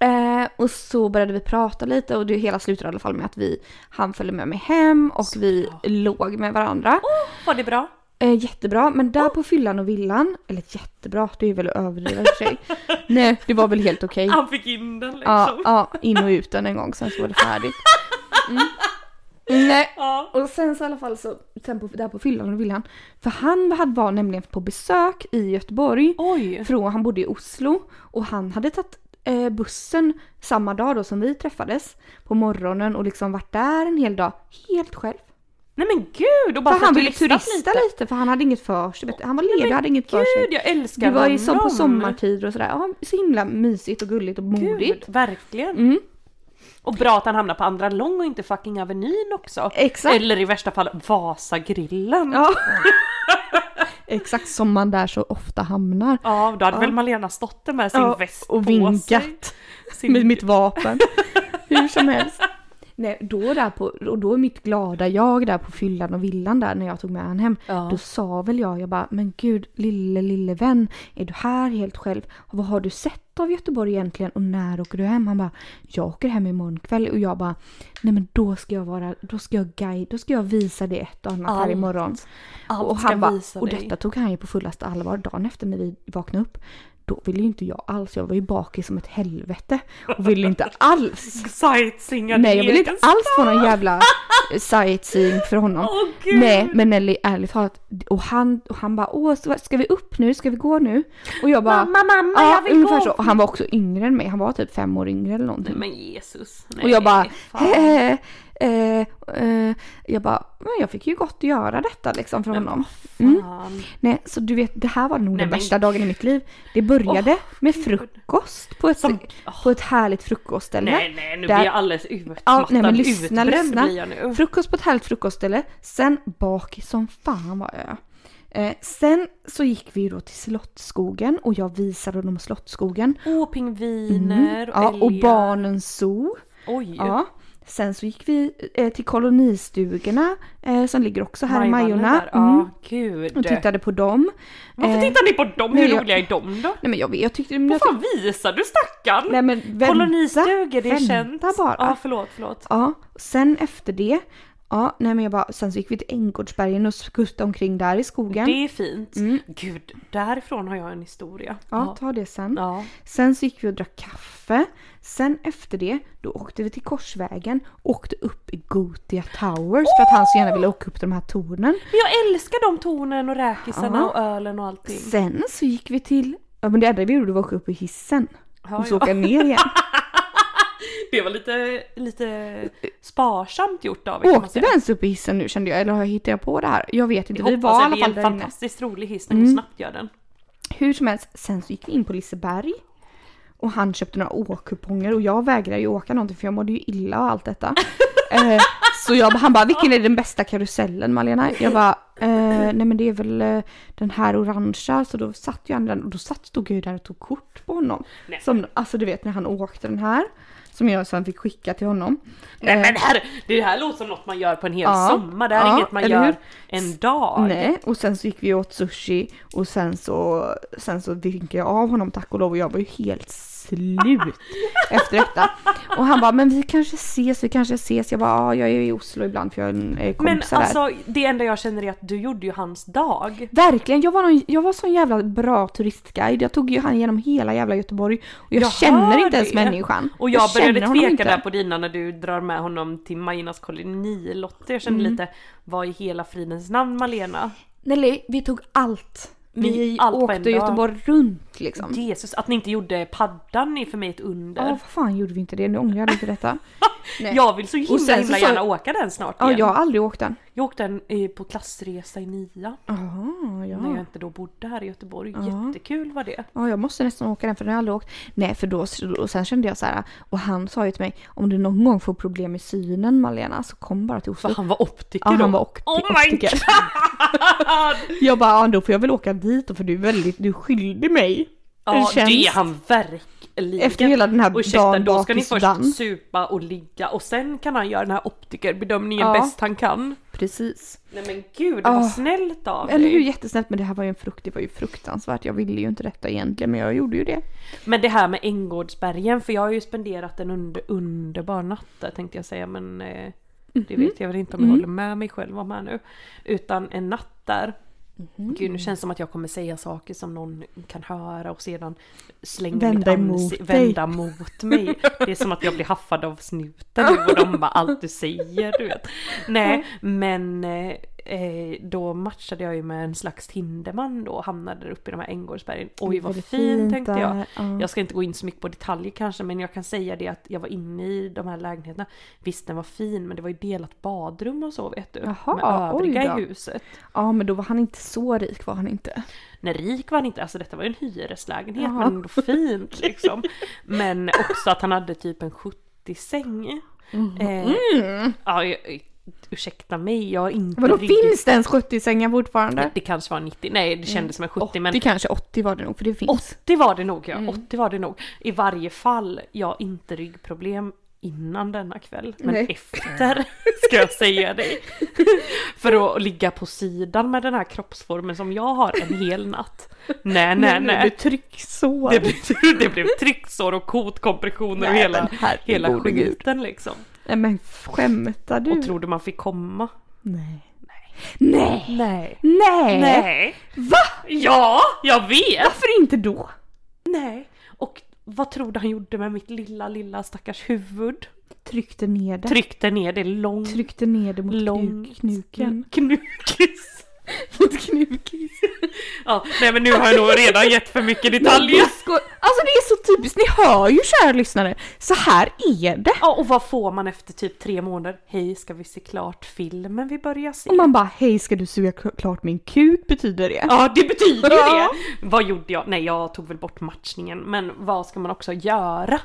[SPEAKER 1] Eh, och så började vi prata lite och det hela slutade i alla fall med att vi, han följde med mig hem och vi låg med varandra.
[SPEAKER 2] Var det bra?
[SPEAKER 1] Eh, jättebra, men där på fyllan och villan, eller jättebra, det är väl att överdriva i och för sig. nej, det var väl helt okej.
[SPEAKER 2] Han fick in den liksom.
[SPEAKER 1] Ja, ja, in och ut den en gång, sen så var det färdigt. Mm. Nej,
[SPEAKER 2] Ja.
[SPEAKER 1] och sen så i alla fall så, sen på, där på fyllan och villan. För han hade, var nämligen på besök i Göteborg.
[SPEAKER 2] Oj!
[SPEAKER 1] Från, han bodde i Oslo och han hade tagit eh, bussen samma dag då som vi träffades på morgonen och liksom varit där en hel dag helt själv.
[SPEAKER 2] Nej men gud! Och bara
[SPEAKER 1] för han ville
[SPEAKER 2] turistat
[SPEAKER 1] turista lite. för han hade inget för sig. vet du. Han var ledig och hade inget för sig.
[SPEAKER 2] Gud jag älskar
[SPEAKER 1] Det var ju som på
[SPEAKER 2] honom.
[SPEAKER 1] sommartider och sådär. Ja, så himla mysigt och gulligt och modigt.
[SPEAKER 2] Gud, verkligen.
[SPEAKER 1] Mm.
[SPEAKER 2] Och bra att han hamnar på Andra Lång och inte fucking Avenyn också.
[SPEAKER 1] Exakt.
[SPEAKER 2] Eller i värsta fall Vasagrillen.
[SPEAKER 1] Ja. Exakt som man där så ofta hamnar.
[SPEAKER 2] Ja, då hade
[SPEAKER 1] Ja.
[SPEAKER 2] väl Malena stått där med sin
[SPEAKER 1] Ja,
[SPEAKER 2] väst på
[SPEAKER 1] och
[SPEAKER 2] sig.
[SPEAKER 1] vinkat
[SPEAKER 2] Sin...
[SPEAKER 1] med mitt vapen. Hur som helst. Nej, då där på, och då är mitt glada jag där på fyllan och villan där när jag tog med han hem.
[SPEAKER 2] Ja.
[SPEAKER 1] Då sa väl jag, jag bara, men gud lille lille vän, är du här helt själv? Vad har du sett av Göteborg egentligen och när åker du hem? Han bara, jag åker hem imorgon kväll och jag bara, nej men då ska jag vara, då ska jag guide, då ska jag visa dig ett och annat här
[SPEAKER 2] Allt.
[SPEAKER 1] imorgon.
[SPEAKER 2] Allt
[SPEAKER 1] och
[SPEAKER 2] ska
[SPEAKER 1] han bara,
[SPEAKER 2] visa
[SPEAKER 1] och
[SPEAKER 2] dig.
[SPEAKER 1] detta tog han ju på fullaste allvar dagen efter när vi vaknade upp. Då ville ju inte jag alls, jag var ju bakis som ett helvete och ville inte alls.
[SPEAKER 2] Sightseeinga
[SPEAKER 1] Nej
[SPEAKER 2] din
[SPEAKER 1] jag ville inte
[SPEAKER 2] egen
[SPEAKER 1] alls få någon jävla eh, sightseeing för honom.
[SPEAKER 2] Åh gud!
[SPEAKER 1] Nej men Nelly ärligt talat, och han, och han bara åh så- ska vi upp nu, ska vi gå nu? Och jag bara
[SPEAKER 2] Mamma, mamma,
[SPEAKER 1] ja,
[SPEAKER 2] jag vill
[SPEAKER 1] ungefär
[SPEAKER 2] gå.
[SPEAKER 1] så. Och han var också yngre än mig, han var typ fem år yngre eller någonting.
[SPEAKER 2] Men Jesus. Nej,
[SPEAKER 1] och jag bara
[SPEAKER 2] fan.
[SPEAKER 1] eh, eh, eh, jag bara, men jag fick ju gott att göra detta liksom för honom. Mm.
[SPEAKER 2] Fan.
[SPEAKER 1] Nej, så du vet, det här var nog
[SPEAKER 2] Nej,
[SPEAKER 1] den
[SPEAKER 2] men-
[SPEAKER 1] värsta dagen i mitt liv. Det började med frukost på ett,
[SPEAKER 2] Som-
[SPEAKER 1] på ett härligt frukostställe.
[SPEAKER 2] Nej nej nu
[SPEAKER 1] Där-
[SPEAKER 2] blir jag alldeles utmattad.
[SPEAKER 1] Ja, nej men lyssna,
[SPEAKER 2] Utbränd
[SPEAKER 1] lyssna. Mm,
[SPEAKER 2] blir jag nu.
[SPEAKER 1] Frukost på ett härligt frukostställe, sen bakis som fan var jag. Eh, sen så gick vi ju då till Slottsskogen och jag visade honom Slottsskogen.
[SPEAKER 2] Åh pingviner
[SPEAKER 1] Ja, och
[SPEAKER 2] älgar.
[SPEAKER 1] Barnens zoo.
[SPEAKER 2] Oj.
[SPEAKER 1] Ja. Sen så gick vi eh, till kolonistugorna eh, som ligger också här i
[SPEAKER 2] Majvallen
[SPEAKER 1] Majorna.
[SPEAKER 2] där. Ja
[SPEAKER 1] Mm,
[SPEAKER 2] gud.
[SPEAKER 1] och tittade på dem.
[SPEAKER 2] Varför
[SPEAKER 1] eh,
[SPEAKER 2] tittar ni på dem?
[SPEAKER 1] nej,
[SPEAKER 2] Hur
[SPEAKER 1] jag-
[SPEAKER 2] roliga är de då?
[SPEAKER 1] Nej men jag, vet, jag tyckte... Men
[SPEAKER 2] Vad
[SPEAKER 1] jag tyckte
[SPEAKER 2] fan visar du stackarn?
[SPEAKER 1] nej men vänta.
[SPEAKER 2] Kolonistugor, det
[SPEAKER 1] vänta
[SPEAKER 2] känns...
[SPEAKER 1] bara.
[SPEAKER 2] Ja förlåt, förlåt.
[SPEAKER 1] Ja, sen efter det Ja, nej men jag bara, sen så gick vi till Änggårdsbergen och skuttade omkring där i skogen.
[SPEAKER 2] Det är fint.
[SPEAKER 1] Mm.
[SPEAKER 2] Gud, därifrån har jag en historia.
[SPEAKER 1] Ja, ta det sen.
[SPEAKER 2] ja.
[SPEAKER 1] Sen så gick vi och drack kaffe. Sen efter det, då åkte vi till Korsvägen och åkte upp i Gothia Towers för att han så gärna ville åka upp till de här tornen.
[SPEAKER 2] Men jag älskar de tornen och räkisarna
[SPEAKER 1] Ja.
[SPEAKER 2] och ölen och allting.
[SPEAKER 1] Sen så gick vi till, ja men det enda vi gjorde var att åka upp i hissen
[SPEAKER 2] Ja,
[SPEAKER 1] och så
[SPEAKER 2] ja.
[SPEAKER 1] åka ner igen.
[SPEAKER 2] Det var lite, lite sparsamt gjort av er kan man
[SPEAKER 1] Åkte
[SPEAKER 2] säga.
[SPEAKER 1] vi ens upp i hissen nu kände jag, eller har jag hittat på det här? Jag vet inte,
[SPEAKER 2] Vi
[SPEAKER 1] vi
[SPEAKER 2] hoppas
[SPEAKER 1] var i
[SPEAKER 2] att
[SPEAKER 1] alla
[SPEAKER 2] det är en
[SPEAKER 1] fall där inne. Mm.
[SPEAKER 2] fantastiskt rolig hiss när hon snabbt gör den.
[SPEAKER 1] Hur som helst, sen så gick vi in på Liseberg och han köpte några åkkuponger och jag vägrade ju åka någonting för jag mådde ju illa och allt detta. eh, så jag, han bara, vilken är den bästa karusellen Malena? Jag bara, eh, nej men det är väl eh, den här orangea. Så då satt ju han den och då satt, stod jag ju där och tog kort på honom.
[SPEAKER 2] Nej.
[SPEAKER 1] Som, alltså du vet när han åkte den här. Som jag sen fick skicka till honom.
[SPEAKER 2] Nej men det här, det här låter som något man gör på en hel
[SPEAKER 1] Ja.
[SPEAKER 2] sommar, det här är
[SPEAKER 1] Ja,
[SPEAKER 2] inget man
[SPEAKER 1] eller
[SPEAKER 2] gör
[SPEAKER 1] hur?
[SPEAKER 2] en dag.
[SPEAKER 1] Nej, och sen så gick vi och åt sushi och sen så, sen så vinkade jag av honom tack och lov och jag var ju helt slut efter detta. Och han bara, men vi kanske ses, vi kanske ses. Jag bara, ja jag är ju i Oslo ibland för jag har en eh,
[SPEAKER 2] Men
[SPEAKER 1] kompisar där.
[SPEAKER 2] alltså det enda jag känner är att du gjorde ju hans dag.
[SPEAKER 1] Verkligen, jag var, någon, jag var sån jävla bra turistguide. Jag tog ju han genom hela jävla Göteborg och jag,
[SPEAKER 2] Jag hör
[SPEAKER 1] känner inte ens
[SPEAKER 2] det.
[SPEAKER 1] människan.
[SPEAKER 2] Och jag, började
[SPEAKER 1] känner honom
[SPEAKER 2] tveka
[SPEAKER 1] inte.
[SPEAKER 2] där på dina när du drar med honom till Majinas kolonilotter. Jag
[SPEAKER 1] Mm.
[SPEAKER 2] kände lite, vad i hela fridens namn Malena?
[SPEAKER 1] Nej, vi tog allt.
[SPEAKER 2] Vi-
[SPEAKER 1] Vi,
[SPEAKER 2] allt på en
[SPEAKER 1] åkte
[SPEAKER 2] dag.
[SPEAKER 1] Göteborg runt liksom.
[SPEAKER 2] Jesus, att ni inte gjorde paddan är för mig ett under.
[SPEAKER 1] Ja, vad fan gjorde vi inte det? Nu ångrar jag lite detta. nej.
[SPEAKER 2] Jag vill så
[SPEAKER 1] Och
[SPEAKER 2] himla,
[SPEAKER 1] sen så
[SPEAKER 2] himla
[SPEAKER 1] sa-
[SPEAKER 2] gärna åka den snart
[SPEAKER 1] Ja,
[SPEAKER 2] igen.
[SPEAKER 1] jag har aldrig åkt den.
[SPEAKER 2] Jag åkte den eh, på klassresa i nian
[SPEAKER 1] Jaha, ja.
[SPEAKER 2] när jag inte då bodde här i Göteborg. Jättekul var det.
[SPEAKER 1] Ja, jag måste nästan åka den för den har jag aldrig åkt. Nej, för då, och sen kände jag så här, och han sa ju till mig, om du någon gång får problem med synen Malena så kom bara till
[SPEAKER 2] För
[SPEAKER 1] Oslo.
[SPEAKER 2] han var optiker
[SPEAKER 1] Ja,
[SPEAKER 2] då.
[SPEAKER 1] han var opti-
[SPEAKER 2] oh my
[SPEAKER 1] optiker. Jag bara, ja, då får jag väl åka dit då, för du är väldigt, du skyllde mig. en
[SPEAKER 2] Ja,
[SPEAKER 1] tjänst.
[SPEAKER 2] det är han verkligen.
[SPEAKER 1] Efter hela den här dagen
[SPEAKER 2] då
[SPEAKER 1] bak
[SPEAKER 2] ska
[SPEAKER 1] i
[SPEAKER 2] ni först
[SPEAKER 1] Sudan.
[SPEAKER 2] supa och ligga och sen kan han göra den här optikerbedömningen
[SPEAKER 1] Ja.
[SPEAKER 2] bäst han kan.
[SPEAKER 1] Precis.
[SPEAKER 2] Nej men gud, vad
[SPEAKER 1] Ja.
[SPEAKER 2] snällt av
[SPEAKER 1] Eller hur,
[SPEAKER 2] dig.
[SPEAKER 1] jättesnällt, men det här var ju en frukt, det var ju fruktansvärt. Jag ville ju inte detta egentligen, men jag gjorde ju det.
[SPEAKER 2] Men det här med Änggårdsbergen, för jag har ju spenderat en under, underbar natt där tänkte jag säga men eh, det
[SPEAKER 1] Mhm.
[SPEAKER 2] vet jag väl inte om jag håller med mig själv om här nu. Utan en natt där.
[SPEAKER 1] Mhm.
[SPEAKER 2] Gud nu känns det som att jag kommer säga saker som någon kan höra och sedan slänga
[SPEAKER 1] Vända
[SPEAKER 2] mitt
[SPEAKER 1] emot
[SPEAKER 2] ansi-
[SPEAKER 1] dig.
[SPEAKER 2] vända mot mig. Det är som att jag blir haffad av snuten nu och de bara allt du säger du vet. Nej men eh, eh, då matchade jag ju med en slags Tinderman då och hamnade där uppe i de här Änggårdsbergen. Oj vad
[SPEAKER 1] Väldigt
[SPEAKER 2] fint
[SPEAKER 1] fint
[SPEAKER 2] tänkte
[SPEAKER 1] där,
[SPEAKER 2] jag.
[SPEAKER 1] ja.
[SPEAKER 2] Jag ska inte gå in så mycket på detaljer kanske men jag kan säga det att jag var inne i de här lägenheterna. Visst den var fin men det var ju delat badrum och så vet du.
[SPEAKER 1] Jaha,
[SPEAKER 2] med övriga
[SPEAKER 1] oj
[SPEAKER 2] i
[SPEAKER 1] då.
[SPEAKER 2] huset.
[SPEAKER 1] Ja, men då var han inte så rik var han inte.
[SPEAKER 2] Nej rik var han inte, alltså detta var ju en hyreslägenhet
[SPEAKER 1] Jaha.
[SPEAKER 2] men ändå fint liksom. Men också att han hade typ en 70-säng.
[SPEAKER 1] Mhm. Mm.
[SPEAKER 2] Eh, ja, jag, ursäkta mig, jag har inte
[SPEAKER 1] Vadå,
[SPEAKER 2] riktigt-
[SPEAKER 1] finns det ens 70 sängar fortfarande?
[SPEAKER 2] Det kanske var 90, nej det kändes som en 70 men
[SPEAKER 1] 80 kanske, 80 var det nog, för det finns.
[SPEAKER 2] 80 var det nog ja,
[SPEAKER 1] Mm.
[SPEAKER 2] 80 var det nog. I varje fall, jag har inte ryggproblem innan denna kväll, men
[SPEAKER 1] Nej.
[SPEAKER 2] efter ska jag säga dig. För att ligga på sidan med den här kroppsformen som jag har en hel natt. Nej, nej,
[SPEAKER 1] Men nu är
[SPEAKER 2] nej.
[SPEAKER 1] Det trycksår.
[SPEAKER 2] Det blev, det blev trycksår och kotkompressioner och
[SPEAKER 1] Nej,
[SPEAKER 2] hela,
[SPEAKER 1] men herregud.
[SPEAKER 2] hela skiten liksom.
[SPEAKER 1] Nej men skämtar du?
[SPEAKER 2] Och trodde man fick komma.
[SPEAKER 1] Nej. Nej.
[SPEAKER 2] Nej.
[SPEAKER 1] Nej!
[SPEAKER 2] Nej.
[SPEAKER 1] Va?
[SPEAKER 2] Ja, jag vet!
[SPEAKER 1] Varför inte då?
[SPEAKER 2] Nej. Och vad trodde han gjorde med mitt lilla, lilla stackars huvud?
[SPEAKER 1] Tryckte ner det.
[SPEAKER 2] tryckte ner det långt.
[SPEAKER 1] Tryckte ner det mot
[SPEAKER 2] långt.
[SPEAKER 1] knuk, knuken.
[SPEAKER 2] Knukis.
[SPEAKER 1] Mot knukis.
[SPEAKER 2] Ja, nej men nu har jag nog redan gett för mycket
[SPEAKER 1] Nej,
[SPEAKER 2] detaljer.
[SPEAKER 1] du sko- Alltså det är så typiskt, ni hör ju kära lyssnare. Så här är det.
[SPEAKER 2] Ja, och vad får man efter typ tre månader? Hej, ska vi se klart filmen vi börjar se?
[SPEAKER 1] Och man bara hej ska du suga k- klart min kuk betyder det.
[SPEAKER 2] Ja, det betyder ju det.
[SPEAKER 1] Ja.
[SPEAKER 2] Vad gjorde jag? Nej, jag tog väl bort matchningen. Men vad ska man också göra?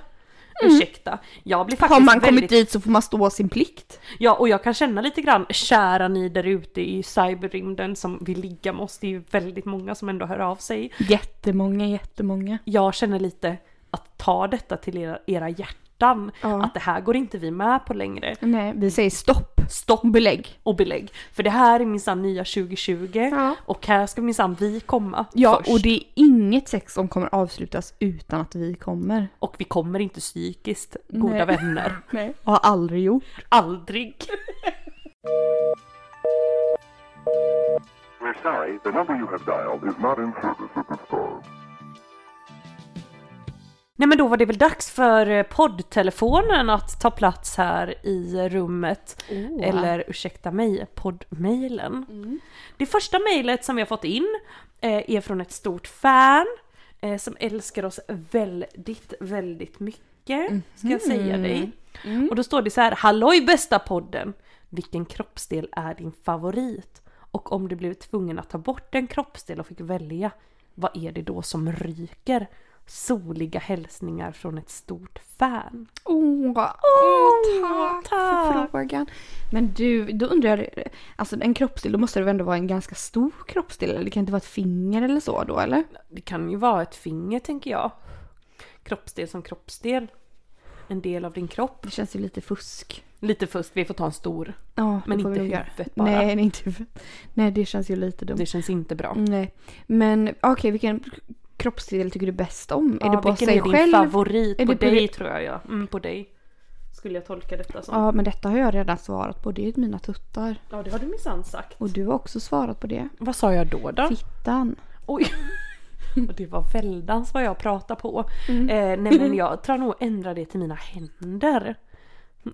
[SPEAKER 2] Ursäkta, jag blir faktiskt
[SPEAKER 1] Har man
[SPEAKER 2] väldigt...
[SPEAKER 1] kommit dit så får man stå sin plikt.
[SPEAKER 2] Ja, och jag kan känna lite grann, kära ni där ute i cyberrymden som vill ligga med oss. Det är ju väldigt många som ändå hör av sig.
[SPEAKER 1] Jättemånga, jättemånga.
[SPEAKER 2] jag känner lite att ta detta till era, era hjärtan.
[SPEAKER 1] Ja.
[SPEAKER 2] Att det här går inte vi med på längre.
[SPEAKER 1] Nej, vi säger stopp.
[SPEAKER 2] Stopp
[SPEAKER 1] Belägg.
[SPEAKER 2] och belägg. För det här är minsann nya 2020
[SPEAKER 1] Ja.
[SPEAKER 2] och här ska minsann vi komma
[SPEAKER 1] Ja,
[SPEAKER 2] först.
[SPEAKER 1] och det är inget sex som kommer avslutas utan att vi kommer.
[SPEAKER 2] Och vi kommer inte psykiskt, goda
[SPEAKER 1] Nej.
[SPEAKER 2] vänner.
[SPEAKER 1] Nej. Och har aldrig gjort.
[SPEAKER 2] Aldrig.
[SPEAKER 4] Sorry, the number you have dialed is not in service at this time.
[SPEAKER 2] Nej men då var det väl dags för eh, poddtelefonen att ta plats här i rummet.
[SPEAKER 1] Oh.
[SPEAKER 2] Eller ursäkta mig, poddmailen. Det första mejlet som vi har fått in eh, är från ett stort fan eh, som älskar oss väldigt, väldigt mycket. Ska jag säga dig. Och då står det så här, halloj bästa podden! Vilken kroppsdel är din favorit? Och om du blev tvungen att ta bort en kroppsdel och fick välja, vad är det då som ryker? Soliga hälsningar från ett stort fan.
[SPEAKER 1] Åh, åh, tack, för
[SPEAKER 2] tack.
[SPEAKER 1] frågan. Men du, då undrar jag, alltså en kroppsdel, då måste det väl ändå vara en ganska stor kroppsdel? Eller det kan inte vara ett finger eller så då eller?
[SPEAKER 2] Det kan ju vara ett finger tänker jag. Kroppsdel som kroppsdel. En del av din kropp.
[SPEAKER 1] Det känns ju lite fusk.
[SPEAKER 2] Lite fusk, vi får ta en stor.
[SPEAKER 1] Ja,
[SPEAKER 2] Men
[SPEAKER 1] det får vi
[SPEAKER 2] inte
[SPEAKER 1] nog göra.
[SPEAKER 2] huvudet bara.
[SPEAKER 1] Nej, nej, inte huvudet. Nej, det känns ju lite dumt.
[SPEAKER 2] Det känns inte bra.
[SPEAKER 1] Nej, men okej, vilken kroppsdel tycker du bäst om?
[SPEAKER 2] Ja,
[SPEAKER 1] är det bara
[SPEAKER 2] vilken
[SPEAKER 1] sig
[SPEAKER 2] är din
[SPEAKER 1] själv?
[SPEAKER 2] favorit?
[SPEAKER 1] Är
[SPEAKER 2] på
[SPEAKER 1] det på
[SPEAKER 2] dig
[SPEAKER 1] det-
[SPEAKER 2] tror jag ja. Mm, på dig. Skulle jag tolka detta som.
[SPEAKER 1] Ja, men detta har jag redan svarat på. Det är mina tuttar.
[SPEAKER 2] Ja det har du minsann sagt.
[SPEAKER 1] Och du har också svarat på det.
[SPEAKER 2] Vad sa jag då då?
[SPEAKER 1] Fittan.
[SPEAKER 2] Oj. Och det var väldans vad jag pratade på.
[SPEAKER 1] Mm.
[SPEAKER 2] Eh, nej men jag tror nog ändra det till mina händer.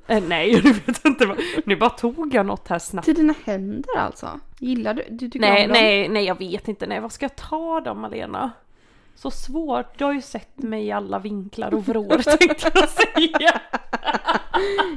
[SPEAKER 2] Eh, nej jag vet inte vad. Nu bara tog jag något här snabbt.
[SPEAKER 1] Till dina händer alltså? Gillar du? Du tycker
[SPEAKER 2] Nej,
[SPEAKER 1] om dem?
[SPEAKER 2] nej, nej jag vet inte. Nej vad ska jag ta då Malena? Så svårt. Du har ju sett mig i alla vinklar och vrår tänkte jag säga.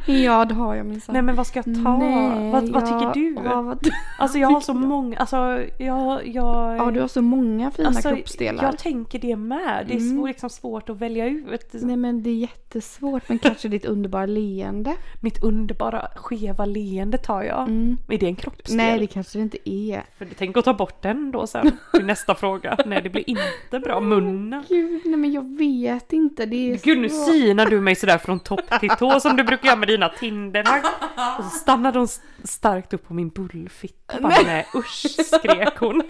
[SPEAKER 1] Ja, det har jag minsann.
[SPEAKER 2] Nej men vad ska jag ta?
[SPEAKER 1] Nej,
[SPEAKER 2] vad, vad
[SPEAKER 1] jag-
[SPEAKER 2] tycker du?
[SPEAKER 1] Ja, vad...
[SPEAKER 2] Alltså jag har så många, alltså jag, jag
[SPEAKER 1] ja, du har så många fina
[SPEAKER 2] alltså,
[SPEAKER 1] kroppsdelar.
[SPEAKER 2] Jag tänker det med. Det är
[SPEAKER 1] Mm.
[SPEAKER 2] svår, liksom svårt att välja ut.
[SPEAKER 1] Nej men det är jättesvårt men kanske ditt underbara leende?
[SPEAKER 2] Mitt underbara skeva leende tar jag.
[SPEAKER 1] Mm.
[SPEAKER 2] Är det en kroppsdel?
[SPEAKER 1] Nej det kanske det inte är.
[SPEAKER 2] För tänk att ta bort den då sen. Till nästa fråga. Nej det blir inte bra. Munnen.
[SPEAKER 1] Gud nej men jag vet inte. Det är
[SPEAKER 2] Gud nu
[SPEAKER 1] svårt.
[SPEAKER 2] synar du mig sådär från topp till tå som du brukar göra med dina Tinderhagg. Och så stannade hon s- starkt upp på min bullfitta. och Bara, nej usch skrek hon.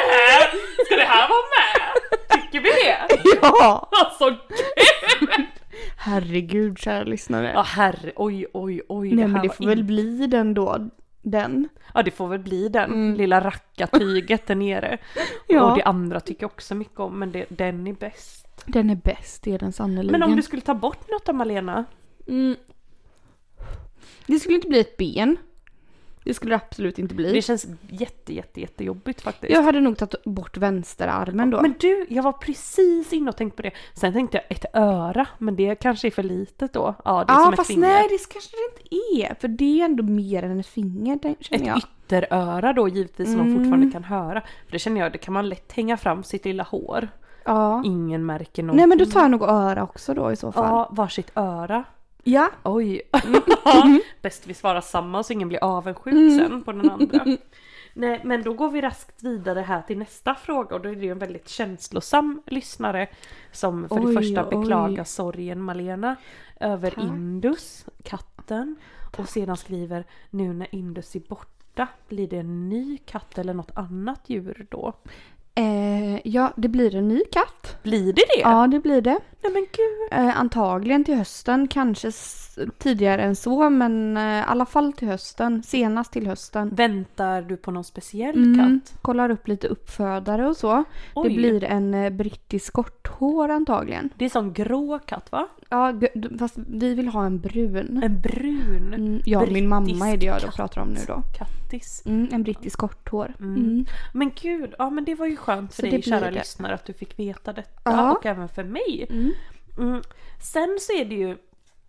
[SPEAKER 2] Det här, ska det här vara med? Tycker vi det?
[SPEAKER 1] Ja!
[SPEAKER 2] Alltså gud!
[SPEAKER 1] Herregud kära lyssnare.
[SPEAKER 2] Ja herre, oj oj oj.
[SPEAKER 1] nej
[SPEAKER 2] här
[SPEAKER 1] men det
[SPEAKER 2] var
[SPEAKER 1] får väl
[SPEAKER 2] in-
[SPEAKER 1] bli den då. Den.
[SPEAKER 2] Ja det får väl bli den
[SPEAKER 1] Mm.
[SPEAKER 2] lilla rackartyget där nere.
[SPEAKER 1] Ja.
[SPEAKER 2] Och det andra tycker jag också mycket om men det, den är bäst.
[SPEAKER 1] Den är bäst, det är den sannerligen.
[SPEAKER 2] Men om du skulle ta bort något av Malena?
[SPEAKER 1] Mm. Det skulle inte bli ett ben. Det skulle det absolut inte bli.
[SPEAKER 2] Det känns jätte, jätte, jättejobbigt faktiskt.
[SPEAKER 1] Jag hade nog tagit bort vänsterarmen då.
[SPEAKER 2] Men du, jag var precis inne och tänkte på det. Sen tänkte jag ett öra, men det kanske är för litet då. Ja, det är
[SPEAKER 1] Ja
[SPEAKER 2] som ett
[SPEAKER 1] fast
[SPEAKER 2] finger.
[SPEAKER 1] nej det kanske det inte är. För det är ändå mer än ett finger den- känner jag.
[SPEAKER 2] Ett ytteröra då givetvis som man
[SPEAKER 1] Mm.
[SPEAKER 2] fortfarande kan höra. För det känner jag, det kan man lätt hänga fram sitt lilla hår.
[SPEAKER 1] Ja.
[SPEAKER 2] Ingen märker någonting.
[SPEAKER 1] Nej men då tar jag nog öra också då i så fall.
[SPEAKER 2] Ja, varsitt öra.
[SPEAKER 1] Ja.
[SPEAKER 2] Oj.
[SPEAKER 1] Mm-hmm.
[SPEAKER 2] Bäst vi svarar samma så ingen blir avundsjuk
[SPEAKER 1] Mm.
[SPEAKER 2] sen på den andra. Nej men då går vi raskt vidare här till nästa fråga och då är det ju en väldigt känslosam lyssnare som för
[SPEAKER 1] Oj,
[SPEAKER 2] det första
[SPEAKER 1] oj.
[SPEAKER 2] beklagar sorgen Malena över Indus, katten. Och sedan skriver nu när Indus är borta blir det en ny katt eller något annat djur då?
[SPEAKER 1] Eh, ja det blir en ny katt.
[SPEAKER 2] Blir det det?
[SPEAKER 1] Ja det blir det.
[SPEAKER 2] Nej men gud.
[SPEAKER 1] Eh, antagligen till hösten, kanske s- tidigare än så men eh, i alla fall till hösten. Senast till hösten.
[SPEAKER 2] Väntar du på någon speciell
[SPEAKER 1] Mm,
[SPEAKER 2] katt?
[SPEAKER 1] kollar upp lite uppfödare och så.
[SPEAKER 2] Oj.
[SPEAKER 1] Det blir en eh, brittisk korthår antagligen.
[SPEAKER 2] Det är sån grå katt va?
[SPEAKER 1] Ja, g- d- fast vi vill ha en brun.
[SPEAKER 2] En brun.
[SPEAKER 1] Mm, ja, min mamma är det jag då
[SPEAKER 2] katt.
[SPEAKER 1] pratar om nu då.
[SPEAKER 2] Kattis.
[SPEAKER 1] Mm, en brittisk korthår.
[SPEAKER 2] Mm.
[SPEAKER 1] Mm.
[SPEAKER 2] Men gud, ja men det var ju skönt för
[SPEAKER 1] Så
[SPEAKER 2] dig
[SPEAKER 1] det
[SPEAKER 2] kära
[SPEAKER 1] blir det.
[SPEAKER 2] lyssnare att du fick veta detta
[SPEAKER 1] Ja.
[SPEAKER 2] och även för mig.
[SPEAKER 1] Mm.
[SPEAKER 2] Mm. Sen så är det ju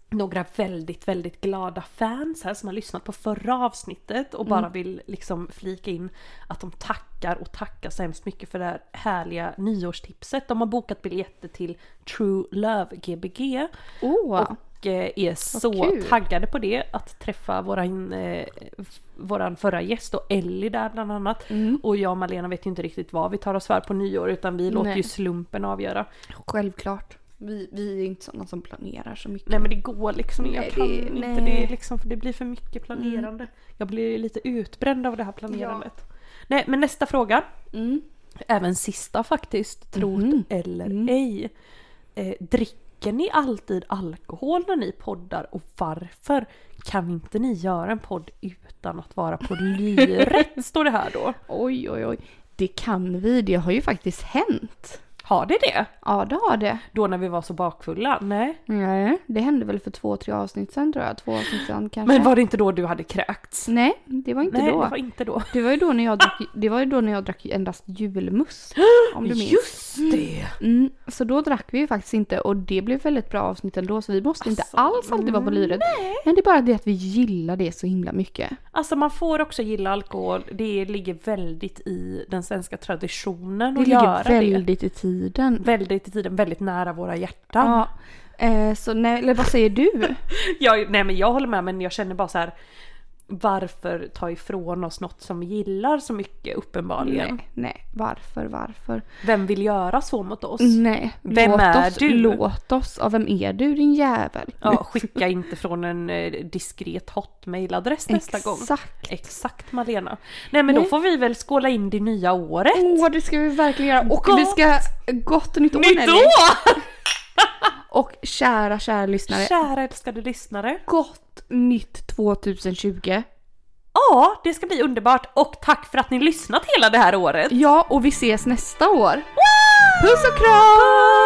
[SPEAKER 2] några väldigt, väldigt glada fans här som har lyssnat på förra avsnittet och
[SPEAKER 1] Mm.
[SPEAKER 2] bara vill liksom flika in att de tackar och tackar så hemskt mycket för det här härliga nyårstipset. De har bokat biljetter till True Love Gbg
[SPEAKER 1] Åh,
[SPEAKER 2] och eh, är så
[SPEAKER 1] kul.
[SPEAKER 2] taggade på det att träffa våran, eh, f- våran förra gäst och Ellie där bland annat. Och jag och Malena vet ju inte riktigt vad vi tar oss för på nyår utan vi låter ju slumpen avgöra.
[SPEAKER 1] självklart. Vi, vi är inte sådana som planerar så mycket.
[SPEAKER 2] Nej men det går liksom inte,
[SPEAKER 1] Nej,
[SPEAKER 2] jag kan
[SPEAKER 1] det-
[SPEAKER 2] inte.
[SPEAKER 1] nej.
[SPEAKER 2] Det, är liksom, för det blir för mycket planerande. Jag blir lite utbränd av det här planerandet. Nej men nästa fråga.
[SPEAKER 1] Mm.
[SPEAKER 2] Mhm. Mm. Även sista faktiskt, trot eller ej. Eh, dricker dricker ni alltid alkohol när ni poddar och varför? Kan inte ni göra en podd utan att vara på lyret? Står det här då.
[SPEAKER 1] Oj, oj, oj. Det kan vi. Det har ju faktiskt hänt.
[SPEAKER 2] Har det det?
[SPEAKER 1] Ja, det har det.
[SPEAKER 2] Då när vi var så bakfulla? Nej.
[SPEAKER 1] Nej, det hände väl för två, tre avsnitt sen tror jag. Två avsnitt sen kanske.
[SPEAKER 2] Men var det inte då du hade kräkts?
[SPEAKER 1] Nej, det var inte
[SPEAKER 2] Nej,
[SPEAKER 1] då.
[SPEAKER 2] det var inte då.
[SPEAKER 1] Det var ju då när jag drack, det var ju då när jag drack endast julmust. Om du minns.
[SPEAKER 2] Just det!
[SPEAKER 1] Mm, så då drack vi ju faktiskt inte och det blev väldigt bra avsnitt ändå så vi måste
[SPEAKER 2] Alltså,
[SPEAKER 1] inte alls alltid vara på lyret. Men det är bara det att vi gillar det så himla mycket.
[SPEAKER 2] Alltså man får också gilla alkohol, det ligger väldigt i den svenska traditionen
[SPEAKER 1] Det
[SPEAKER 2] att göra väldigt...
[SPEAKER 1] ligger
[SPEAKER 2] det.
[SPEAKER 1] väldigt i tiden.
[SPEAKER 2] Väldigt i tiden, väldigt nära våra hjärtan.
[SPEAKER 1] Ja. Eh, så nej, eller vad säger du?
[SPEAKER 2] Jag, nej men jag håller med men jag känner bara så här. Varför ta ifrån oss något som vi gillar så mycket uppenbarligen?
[SPEAKER 1] nej, nej, varför, varför?
[SPEAKER 2] Vem vill göra så mot oss?
[SPEAKER 1] Nej,
[SPEAKER 2] Vem
[SPEAKER 1] låt
[SPEAKER 2] är
[SPEAKER 1] oss,
[SPEAKER 2] du?
[SPEAKER 1] Låt oss. Ja, vem är du din jävel?
[SPEAKER 2] Ja, skicka inte från en eh, diskret hotmailadress nästa gång.
[SPEAKER 1] Exakt.
[SPEAKER 2] Exakt Malena. Nej men då får vi väl skåla in det nya året.
[SPEAKER 1] Åh, det ska vi verkligen göra. Och vi
[SPEAKER 2] Gott.
[SPEAKER 1] ska... Gott nytt år
[SPEAKER 2] Nytt
[SPEAKER 1] Nelly.
[SPEAKER 2] år!
[SPEAKER 1] Och kära, kära lyssnare.
[SPEAKER 2] Kära älskade lyssnare.
[SPEAKER 1] Gott nytt 2020.
[SPEAKER 2] Ja, det ska bli underbart och tack för att ni lyssnat hela det här året.
[SPEAKER 1] Ja, och vi ses nästa år. Puss och kram!